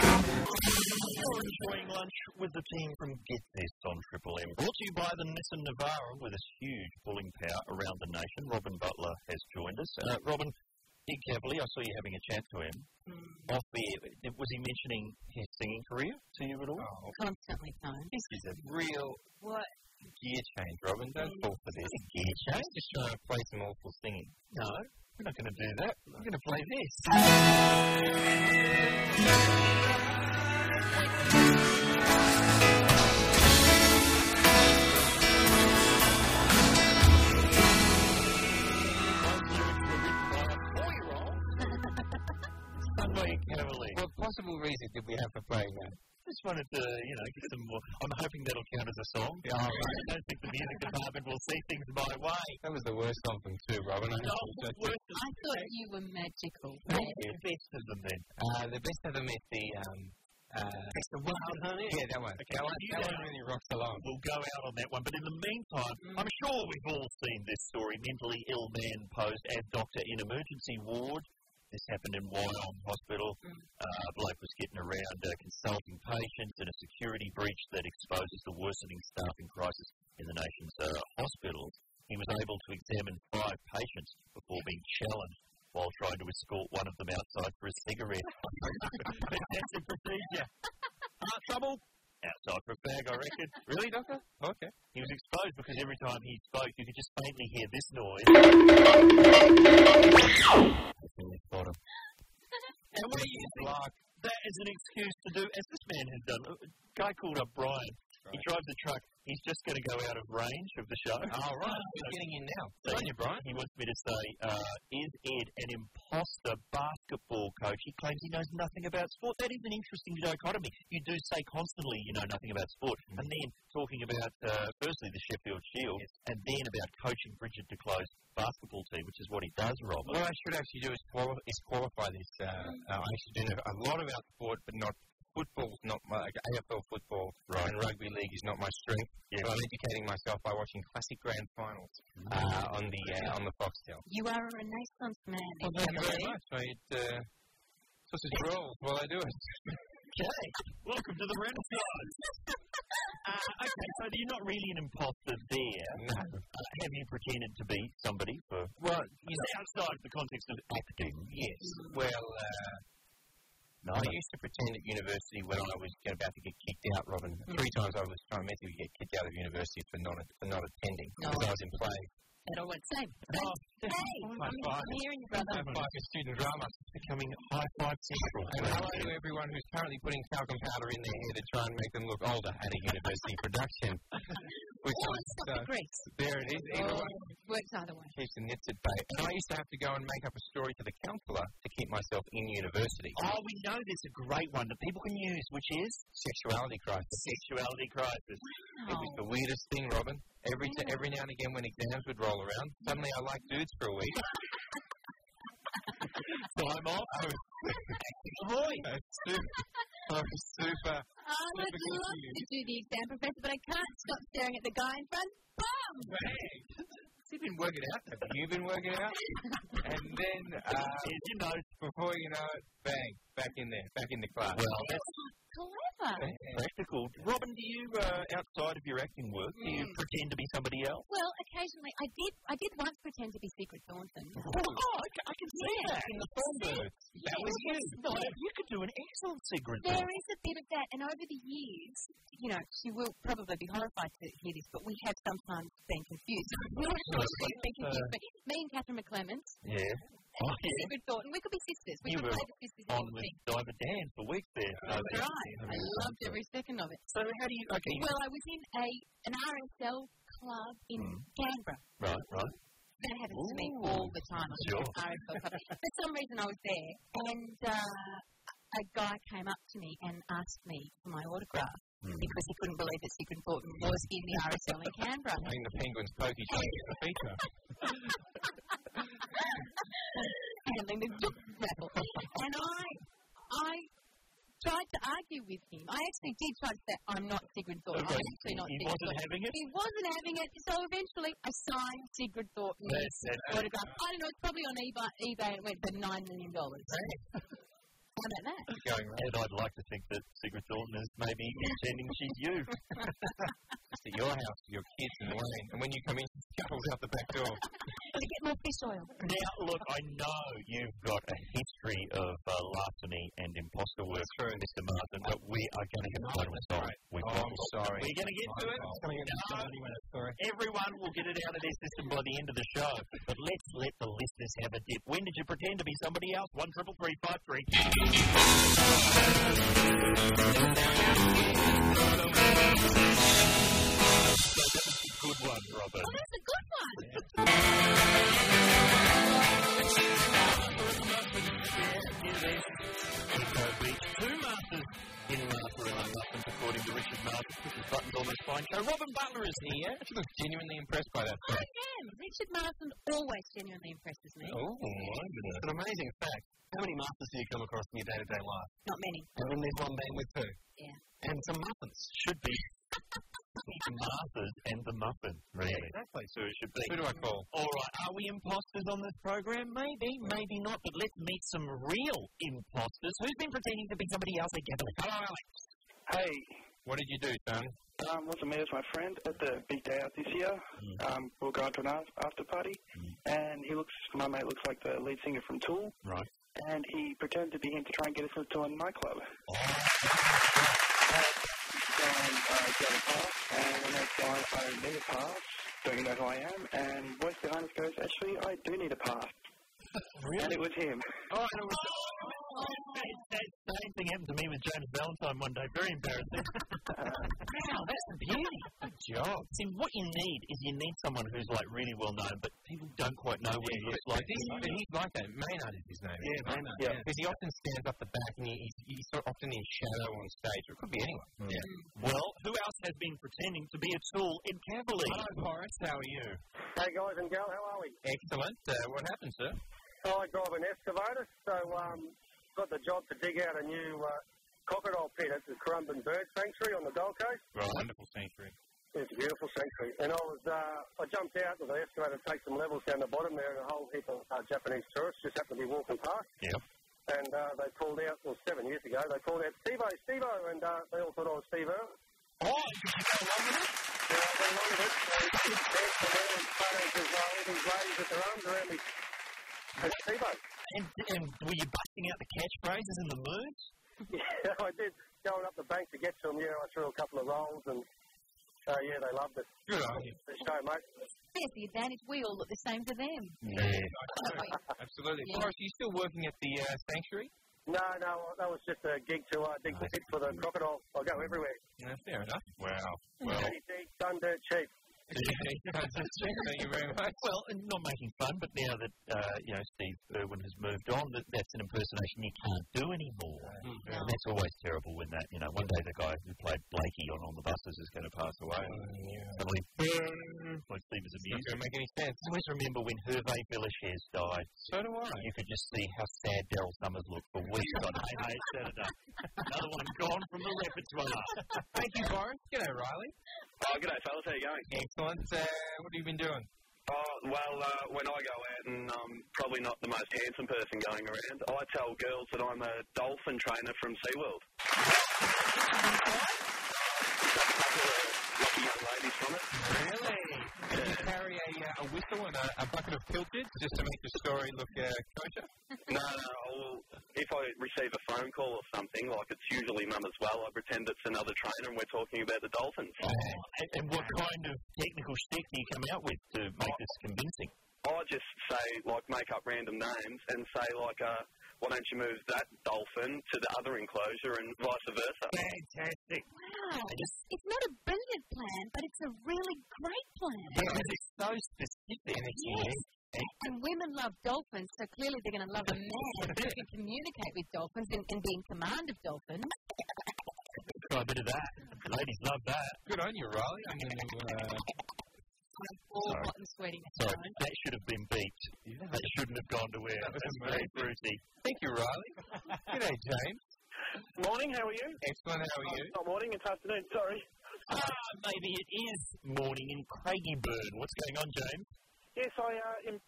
[SPEAKER 1] You're enjoying lunch with the team from Get This on Triple M. Brought to you by the Nissan Navara with its huge pulling power around the nation. Robin Butler has joined us. Uh, Robin, Big Cavalier, I saw you having a chat to him off the air. Was he mentioning his singing career to you at all?
[SPEAKER 10] Oh, Constantly time.
[SPEAKER 1] This is a real
[SPEAKER 10] What?
[SPEAKER 1] gear change, Robin. Don't fall for this. gear change? Just trying to play some awful singing. No, we're not going to do that. We're going to play this. Those lyrics were written by a four-year-old. Sunway Cavalier.
[SPEAKER 2] What possible reason did we have for playing that?
[SPEAKER 1] Just wanted to, you know, get some more. I'm hoping that'll count as a song. I don't think the music department will see things my way.
[SPEAKER 2] That was the worst of them too, Robin. I
[SPEAKER 1] No,
[SPEAKER 2] have to say.
[SPEAKER 1] worse
[SPEAKER 10] I thought you were magical.
[SPEAKER 1] than best of them then.
[SPEAKER 2] Uh, the best of them is the um, uh,
[SPEAKER 3] the wild honey.
[SPEAKER 2] yeah, that one.
[SPEAKER 1] Okay,
[SPEAKER 2] that one,
[SPEAKER 1] you
[SPEAKER 2] that one
[SPEAKER 1] know.
[SPEAKER 2] really rocks along.
[SPEAKER 1] We'll go out on that one. But in the meantime, I'm sure we've all seen this story. Mentally ill man posed as doctor in emergency ward. This happened in Wyong Hospital. Uh, bloke was getting around uh, consulting patients in a security breach that exposes the worsening staffing crisis in the nation's uh, hospitals. He was able to examine five patients before being challenged while trying to escort one of them outside for a cigarette. That's a procedure. Heart trouble? Outside for a fag, I reckon. Really, Doctor?
[SPEAKER 2] Okay.
[SPEAKER 1] He was exposed because every time he spoke, you could just faintly hear this noise. And what do you think that is an excuse to do, as this man has done? A guy called up Brian. He drives a truck. He's just going to go out of range of the show.
[SPEAKER 2] All right, we're getting in now.
[SPEAKER 1] So he- He wants me to say, uh, is Ed an imposter basketball coach? He claims he knows nothing about sport. That is an interesting dichotomy. You do say constantly you know nothing about sport,
[SPEAKER 2] Mm-hmm.
[SPEAKER 1] and then talking about, uh, firstly, the Sheffield Shield, and then about coaching Bridget DeClose's basketball team, which is what he does, Robert.
[SPEAKER 2] What I should actually do is, quali- is qualify this. Uh, uh, I should do know a lot about sport, but not football's not my like, AFL football right. and rugby league is not my strength. So I'm educating myself by watching classic grand finals uh, on the uh, on the Foxtel.
[SPEAKER 10] You are a renaissance man.
[SPEAKER 2] Well, thank you very
[SPEAKER 10] Cavalier.
[SPEAKER 2] much. I eat uh, sausage rolls while I do it.
[SPEAKER 1] Okay, welcome to the Renaissance. uh, okay, so you're not really an imposter there.
[SPEAKER 2] No.
[SPEAKER 1] Uh, have you pretended to be somebody for? Well, you know, outside the context of acting, yes.
[SPEAKER 2] Well, uh,
[SPEAKER 1] No,
[SPEAKER 2] I used to pretend at university when I was get- about to get kicked out, Robin. Three times I was trying meant to get kicked out of university for not for not attending because I was in play.
[SPEAKER 10] That all went same. Hey,
[SPEAKER 2] High
[SPEAKER 10] I'm
[SPEAKER 2] five.
[SPEAKER 10] hearing you, brother.
[SPEAKER 2] High five is student drama.
[SPEAKER 1] becoming high five central.
[SPEAKER 2] And hello to everyone who's currently putting talcum powder in their hair to try and make them look older at a university production. Which
[SPEAKER 10] Oh,
[SPEAKER 2] is,
[SPEAKER 10] it's not
[SPEAKER 2] uh,
[SPEAKER 10] the Greeks.
[SPEAKER 2] there it is. Either
[SPEAKER 10] Oh,
[SPEAKER 2] way,
[SPEAKER 10] works either way.
[SPEAKER 2] keeps the nits at bay. And I used to have to go and make up a story to the counsellor to keep myself in university.
[SPEAKER 1] Oh, we know there's a great one that people can use, which is
[SPEAKER 2] Sexuality crisis.
[SPEAKER 1] sexuality crisis.
[SPEAKER 2] It was
[SPEAKER 10] Oh.
[SPEAKER 2] the weirdest thing, Robin. Every t- every now and again, when exams would roll around, suddenly I liked dudes for a week. Time off. I was, I was super. I was super.
[SPEAKER 10] Oh, I would
[SPEAKER 2] Difficult
[SPEAKER 10] love
[SPEAKER 2] to
[SPEAKER 10] to do the exam, Professor, but I can't stop staring at the guy in front. Bum!
[SPEAKER 2] You've been working out. Have you been working out? and then, uh,
[SPEAKER 1] Here's your note.
[SPEAKER 2] before you know it, bang, back in there, back in the class.
[SPEAKER 1] Well, that's
[SPEAKER 10] Clever.
[SPEAKER 1] practical. Robin, do you, uh, outside of your acting work, do you pretend to be somebody else?
[SPEAKER 10] Well, occasionally I did. I did once pretend to be Secret Thornton.
[SPEAKER 1] Oh, I, c- I can see
[SPEAKER 10] Yeah.
[SPEAKER 1] that in the phone booth. That was you. No, you could do an excellent cigarette.
[SPEAKER 10] There is a bit of that, and over the years, you know, she will probably be horrified to hear this, but we have sometimes been confused. We have sometimes been confused. But me and Catherine McClements,
[SPEAKER 1] Yeah. Uh, Oh, yeah.
[SPEAKER 10] Secret Thornton, we could be sisters. We
[SPEAKER 1] You
[SPEAKER 10] could
[SPEAKER 1] were
[SPEAKER 10] play the sisters. in
[SPEAKER 1] On
[SPEAKER 10] the
[SPEAKER 1] with
[SPEAKER 10] thing.
[SPEAKER 1] Diver Dan for weeks there. No,
[SPEAKER 10] That's right. I loved every second of it.
[SPEAKER 1] So how do you? Okay.
[SPEAKER 10] Well, I was in a an RSL club in Canberra.
[SPEAKER 1] Hmm. Right, right.
[SPEAKER 10] That happens to me all the time. I'm
[SPEAKER 1] Sure.
[SPEAKER 10] at the RSL club. For some reason, I was there, and uh, a guy came up to me and asked me for my autograph
[SPEAKER 1] Hmm.
[SPEAKER 10] because he couldn't believe that Sigrid Thornton was in the RSL in Canberra.
[SPEAKER 2] I think the penguins pokey shot is the feature.
[SPEAKER 10] handling the dip rattle. And I, I tried to argue with him. I actually did try to say, I'm not Sigrid Thornton.
[SPEAKER 1] Okay.
[SPEAKER 10] I'm actually not
[SPEAKER 1] He
[SPEAKER 10] Sigrid
[SPEAKER 1] wasn't
[SPEAKER 10] Thornton."
[SPEAKER 1] having it?
[SPEAKER 10] He wasn't having it. So eventually I signed Sigrid Thornton's
[SPEAKER 1] That's it.
[SPEAKER 10] autograph. I don't know, it's probably on eBay. eBay it went for $9 million. How about that?
[SPEAKER 2] Going right.
[SPEAKER 1] And I'd like to think that Sigrid Thornton is maybe pretending she's you.
[SPEAKER 2] to your house, to your kids in the morning, and when you come in, she scuttles out the back door.
[SPEAKER 10] To get more fish oil.
[SPEAKER 1] Now, look, I know you've got a history of uh, larceny and imposter work, Mr. Martin, but we are going to get to it. Sorry. We
[SPEAKER 2] Oh, I'm sorry.
[SPEAKER 1] We're going to get to it. Everyone will get it out of their system by the end of the show. But let's let the listeners have a dip. When did you pretend to be somebody else? One triple three five three. Good one, Robert.
[SPEAKER 10] Well, Oh, that's a good one.
[SPEAKER 1] Echo Beach, two masters in Laughter and Muffins, according to Richard Martin. This is Button's Almost Fine Show. Robin Butler is here.
[SPEAKER 2] She was genuinely impressed by that.
[SPEAKER 10] I am. Richard Marsden always genuinely impresses me.
[SPEAKER 3] Oh, my goodness. An amazing fact. How many masters do you come across in your day to day life?
[SPEAKER 10] Not many.
[SPEAKER 3] And then there's one man with two.
[SPEAKER 10] Yeah.
[SPEAKER 3] And some muffins.
[SPEAKER 1] Should be the masters and the muffin, really. Exactly. So it should be.
[SPEAKER 2] Who do I call?
[SPEAKER 1] All right, are we imposters on this program? Maybe, maybe not, but let's meet some real imposters. Who's been pretending to be somebody else at Gavin? Hello, Alex.
[SPEAKER 7] Hey,
[SPEAKER 2] What did you do, son?
[SPEAKER 7] um, wasn't me, it was my friend at the big day out this year. Um, we were going to an af- after party, and he looks, my mate looks like the lead singer from Tool.
[SPEAKER 1] Right.
[SPEAKER 7] And he pretended to be him to try and get us into a nightclub. And I got a pass, and when I said, I need a pass, don't you know who I am? And voice behind us goes, actually, I do need a pass. And it was him.
[SPEAKER 1] Oh, and it was that same thing happened to me with James Valentine one day. Very embarrassing. wow, that's the beauty. Good job. See, what you need is you need someone who's like really well known, but people don't quite know what he looks like.
[SPEAKER 2] But he's, but he's like that. Maynard is his name. Yeah, Maynard.
[SPEAKER 7] yeah.
[SPEAKER 2] Because he often stands up the back and he, he's, he's sort of often in shadow on stage. It could be anyone. Yeah.
[SPEAKER 1] Well, who else has been pretending to be a tool in Cavalier?
[SPEAKER 2] Horace. How are you?
[SPEAKER 11] Hey guys and gal, how are we?
[SPEAKER 2] Excellent. Uh, what happened, sir?
[SPEAKER 11] So I drive an excavator, so um, got the job to dig out a new uh, crocodile pit at the Currumbin Bird Sanctuary on the Gold Coast.
[SPEAKER 2] Right. Wonderful sanctuary.
[SPEAKER 11] It's a beautiful sanctuary, and I was uh, I jumped out with an excavator to take some levels down the bottom there, and a whole heap of uh, Japanese tourists just happened to be walking past.
[SPEAKER 1] Yep.
[SPEAKER 11] And uh, they pulled out, well, seven years ago, they pulled out Stevo, Stevo, and uh, they all thought I was Stevo.
[SPEAKER 1] Oh, did you go along with it?
[SPEAKER 11] And I went along with it, and danced around and photos of uh, all these ladies with their arms around me. It's Stevo.
[SPEAKER 1] And, and were you busting out the catchphrases and the moves?
[SPEAKER 11] Yeah, I did. Going up the bank to get to them, yeah, I threw a couple of rolls and, uh, yeah, they loved it.
[SPEAKER 2] Good on you.
[SPEAKER 11] The show, mate.
[SPEAKER 10] There's the advantage. We all look the same to them.
[SPEAKER 2] Absolutely.
[SPEAKER 10] Yeah.
[SPEAKER 2] Horace, you still working at the uh, sanctuary?
[SPEAKER 11] No, no, that was just a gig to uh, dig the pit for the crocodile. I go everywhere.
[SPEAKER 2] No, fair enough. Wow. Well,
[SPEAKER 11] Pretty deep, done dirt cheap.
[SPEAKER 2] thank you very much.
[SPEAKER 1] Well, and not making fun, but now that uh, you know Steve Irwin has moved on, that that's an impersonation you can't do anymore.
[SPEAKER 2] Mm-hmm.
[SPEAKER 1] And that's always terrible when that you know one day the guy who played Blakey on On the Buses is going to pass away. Suddenly, like Steve is
[SPEAKER 2] Oh, Not
[SPEAKER 1] amused.
[SPEAKER 2] going to make any sense.
[SPEAKER 1] I always remember when Hervé Villechaize died.
[SPEAKER 2] So do I.
[SPEAKER 1] You could just see how sad Daryl Summers looked for weeks on Hey Hey Saturday. Another one gone from the repertoire.
[SPEAKER 2] Thank you, Horace. G'day, Riley.
[SPEAKER 7] Oh, g'day, fellas. How you going?
[SPEAKER 2] Excellent. Uh, what have you been doing?
[SPEAKER 7] Oh, well, uh, when I go out, and I'm probably not the most handsome person going around, I tell girls that I'm a dolphin trainer from SeaWorld. Lucky young ladies from it.
[SPEAKER 2] Really? Did you carry a, uh, a whistle and a, a bucket of pilchards just to make the story look uh, kosher?
[SPEAKER 7] No, no, I will, if I receive a phone call or something, like it's usually mum as well, I pretend it's another trainer and we're talking about the dolphins.
[SPEAKER 1] And, and what kind of technical shtick do you come out with to make this convincing?
[SPEAKER 7] I just say, like, make up random names and say, like, uh, why don't you move that dolphin to the other enclosure and vice versa?
[SPEAKER 3] Fantastic.
[SPEAKER 10] Wow. It's, it's not a brilliant plan, but it's a really great plan.
[SPEAKER 3] it's so specific. and it's
[SPEAKER 10] Yes.
[SPEAKER 3] unique.
[SPEAKER 10] And women love dolphins, so clearly they're going to love a man who can communicate with dolphins and, and be in command of dolphins.
[SPEAKER 1] Got a bit of that. Ladies love that.
[SPEAKER 2] Good on you, Riley. I mean, uh,
[SPEAKER 10] I'm all
[SPEAKER 1] Sorry.
[SPEAKER 10] hot and sweaty next
[SPEAKER 1] Sorry,
[SPEAKER 10] time.
[SPEAKER 1] that should have been beat. That shouldn't have gone to air. That's very fruity.
[SPEAKER 2] thank you, Riley. G'day, James.
[SPEAKER 7] Morning, how are you?
[SPEAKER 2] Excellent. How are you?
[SPEAKER 7] It's not morning, it's afternoon, sorry.
[SPEAKER 1] Ah, maybe it is morning in Craigieburn. What's going on, James?
[SPEAKER 7] Yes, I, uh, Im-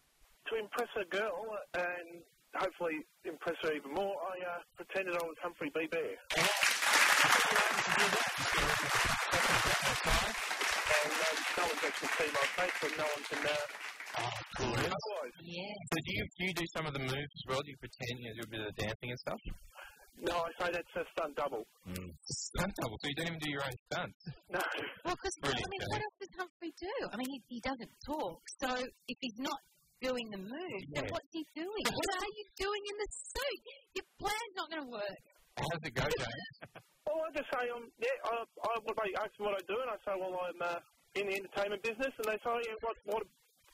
[SPEAKER 7] to impress a girl and hopefully impress her even more, I uh, pretended I was Humphrey B. Bear. And um, no one can actually see my face, but no one can uh,
[SPEAKER 2] Cool.
[SPEAKER 7] realise.
[SPEAKER 10] Yes.
[SPEAKER 2] Oh, So do you, do you do some of the moves as well? Do you pretend you do a bit of dancing and stuff?
[SPEAKER 7] No, I say that's a stunt double.
[SPEAKER 2] Stunt double. So you don't even do your own stunts.
[SPEAKER 7] No,
[SPEAKER 10] Well, because I
[SPEAKER 2] Brilliant,
[SPEAKER 10] mean, what else does Humphrey do? I mean, he, he doesn't talk. So if he's not doing the move, then
[SPEAKER 2] Yeah.
[SPEAKER 10] what's he doing? what are you doing in the suit? Your plan's not going to work.
[SPEAKER 2] How's it go, James?
[SPEAKER 7] oh, I just say, um, yeah, I, I, well, they ask me what I do, and I say, well, I'm uh, in the entertainment business, and they say, oh, yeah, what, what,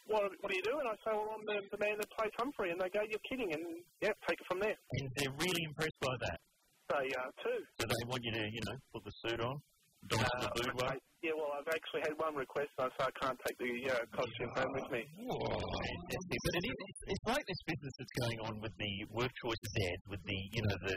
[SPEAKER 7] what, what do you do? And I say, well, I'm the, the man that plays Humphrey, and they go, you're kidding, and yeah, take it from there.
[SPEAKER 1] And they're really impressed by that.
[SPEAKER 7] They uh, too.
[SPEAKER 1] So they want you to, you know, put the suit on, don the
[SPEAKER 7] Uh,
[SPEAKER 1] boudoir.
[SPEAKER 7] I- yeah, well, I've actually had one request, and I say I can't take the uh, costume home with me.
[SPEAKER 1] Fantastic. But it is, it's like this business that's going on with the work choices ad, with the, you know, the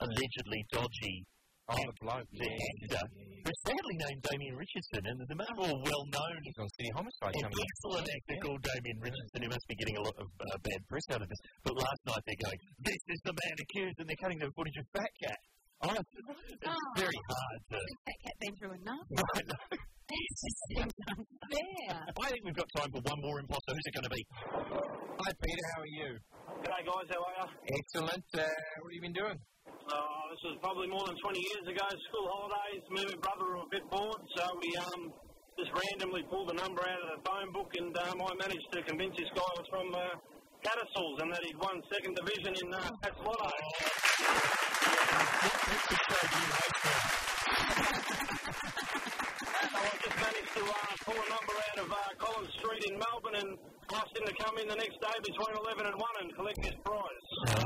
[SPEAKER 1] allegedly dodgy
[SPEAKER 2] Oh, the bloke.
[SPEAKER 1] the actor, who's sadly named Damien Richardson, and the man more well-known
[SPEAKER 2] He's on City Homicide.
[SPEAKER 1] an
[SPEAKER 2] coming up.
[SPEAKER 1] excellent actor called Damien Richardson, who must be getting a lot of uh, bad press out of this. But last night they're going, this is the man accused, and they're cutting the footage of Fat Cat. Oh, it's
[SPEAKER 10] Oh.
[SPEAKER 1] very hard to...
[SPEAKER 10] Has that cat been through enough?
[SPEAKER 1] I know.
[SPEAKER 10] It just seems unfair.
[SPEAKER 1] I think we've got time for one more imposter. Who's it going to be?
[SPEAKER 2] Hi, Peter. How are you?
[SPEAKER 11] G'day, guys. How are you?
[SPEAKER 2] Excellent. Uh, what have you been doing?
[SPEAKER 11] Uh, this was probably more than 20 years ago. School holidays. Me and my brother were a bit bored, so we um, just randomly pulled a number out of the phone book, and um, I managed to convince this guy was from uh, Tattersalls and that he'd won second division in uh, Pats Lotto. So I just managed to uh, pull a number out of uh, Collins Street in Melbourne and asked him to come in the next day between 11 and 1 and collect his prize.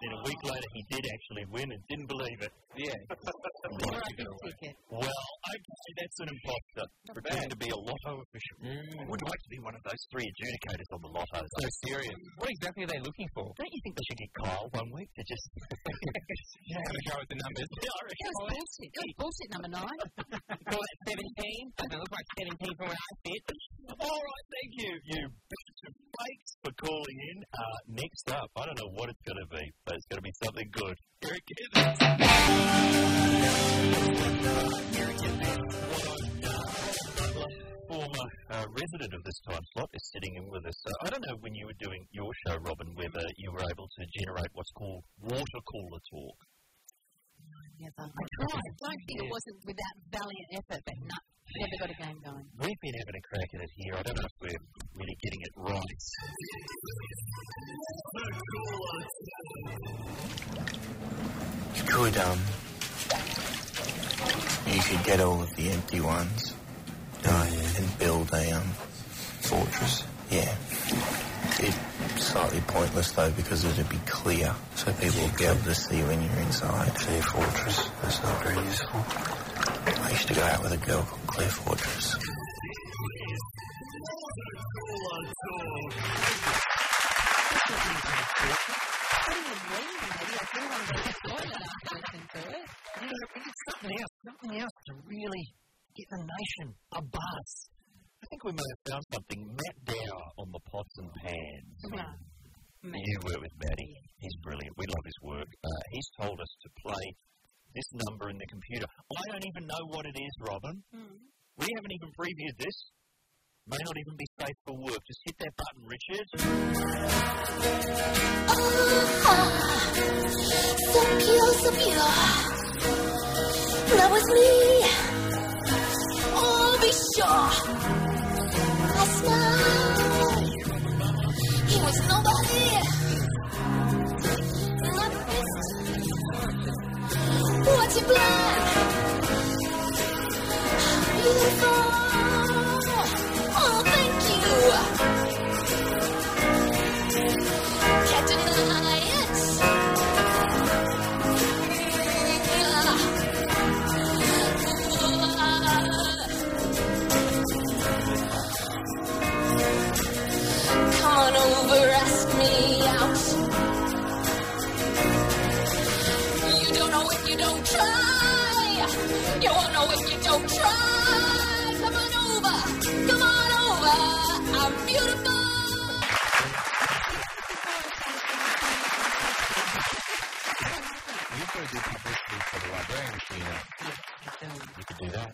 [SPEAKER 1] Then a week later, he did actually win and didn't believe it.
[SPEAKER 2] Yeah.
[SPEAKER 10] Or I could take it.
[SPEAKER 1] Well, okay, that's an imposter. Pretending to be a lotto official. I would like to be one of those three adjudicators on the lotto.
[SPEAKER 2] Mm. So serious. What exactly are they looking for?
[SPEAKER 1] don't you think they should get Kyle one week to just...
[SPEAKER 2] Yeah. Have a go at the numbers.
[SPEAKER 10] It was bullshit. It was bullshit, number nine.
[SPEAKER 2] Call it 17. Doesn't look like 17 from where I sit.
[SPEAKER 1] All right, thank you, you bunch of fakes for calling in. Uh, next up, I don't know what it's going to be, but it's going to be something good. Here it is. Former uh, resident of this time slot is sitting in with us. Uh, I don't know when you were doing your show, Robin, whether you were able to generate what's called water cooler talk.
[SPEAKER 10] Never. I tried. Don't think it wasn't without valiant effort, but no, never got a game going.
[SPEAKER 1] We've been having a crack at it here. I don't know if we're really getting it right.
[SPEAKER 12] You could, um. You could get all of the empty ones. uh, And build a, um. Fortress. Yeah. It's slightly pointless, though, because it'd be clear. So people would be able to see when you're inside. Clear Fortress. That's not very useful. I used to go out with a girl called Clear Fortress.
[SPEAKER 10] Putting a ring, maybe. Like everyone got a toilet after listening to it.
[SPEAKER 1] you know, we need something else, something else to really get the nation a buzz. I think we may have found something. Matt Dower on the pots and pans.
[SPEAKER 10] No.
[SPEAKER 1] You work with Matty. He's brilliant. We love his work. Uh, he's told us to play this number in the computer. I don't even know what it is, Robin.
[SPEAKER 10] Mm.
[SPEAKER 1] We haven't even previewed this. May not even be safe for work. Just hit that button, Richard.
[SPEAKER 13] Pure, so pure. That was me. Oh, be sure. I smiled. He was nobody. Oh,
[SPEAKER 10] try. You won't know if you don't try. Come on over. Come on over. I'm beautiful.
[SPEAKER 2] You've got to do publicity for the librarian, you know.
[SPEAKER 1] You could do that.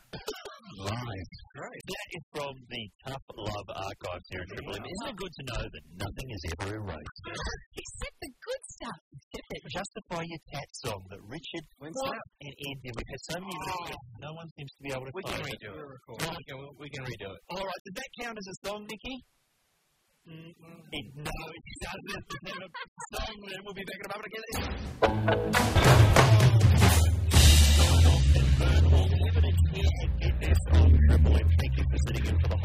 [SPEAKER 2] Live.
[SPEAKER 1] Great. That is from the Tough Love Archives here at Triple M. Isn't it good to know that nothing is ever erased?
[SPEAKER 14] Except the good stuff.
[SPEAKER 1] Except that Justify Your Tat song that Richard
[SPEAKER 2] that?
[SPEAKER 1] and Andy, we've had so many requests, no one seems to be able to
[SPEAKER 2] oh. We can
[SPEAKER 1] find
[SPEAKER 2] redo it.
[SPEAKER 1] Right.
[SPEAKER 2] We can, we can redo it.
[SPEAKER 1] All right, does that count as a song, Nikki? It, no, it doesn't. It's not a song, then. We'll be back in a moment again. Evidence here. Get this on Triple M. Thank you for sitting in for the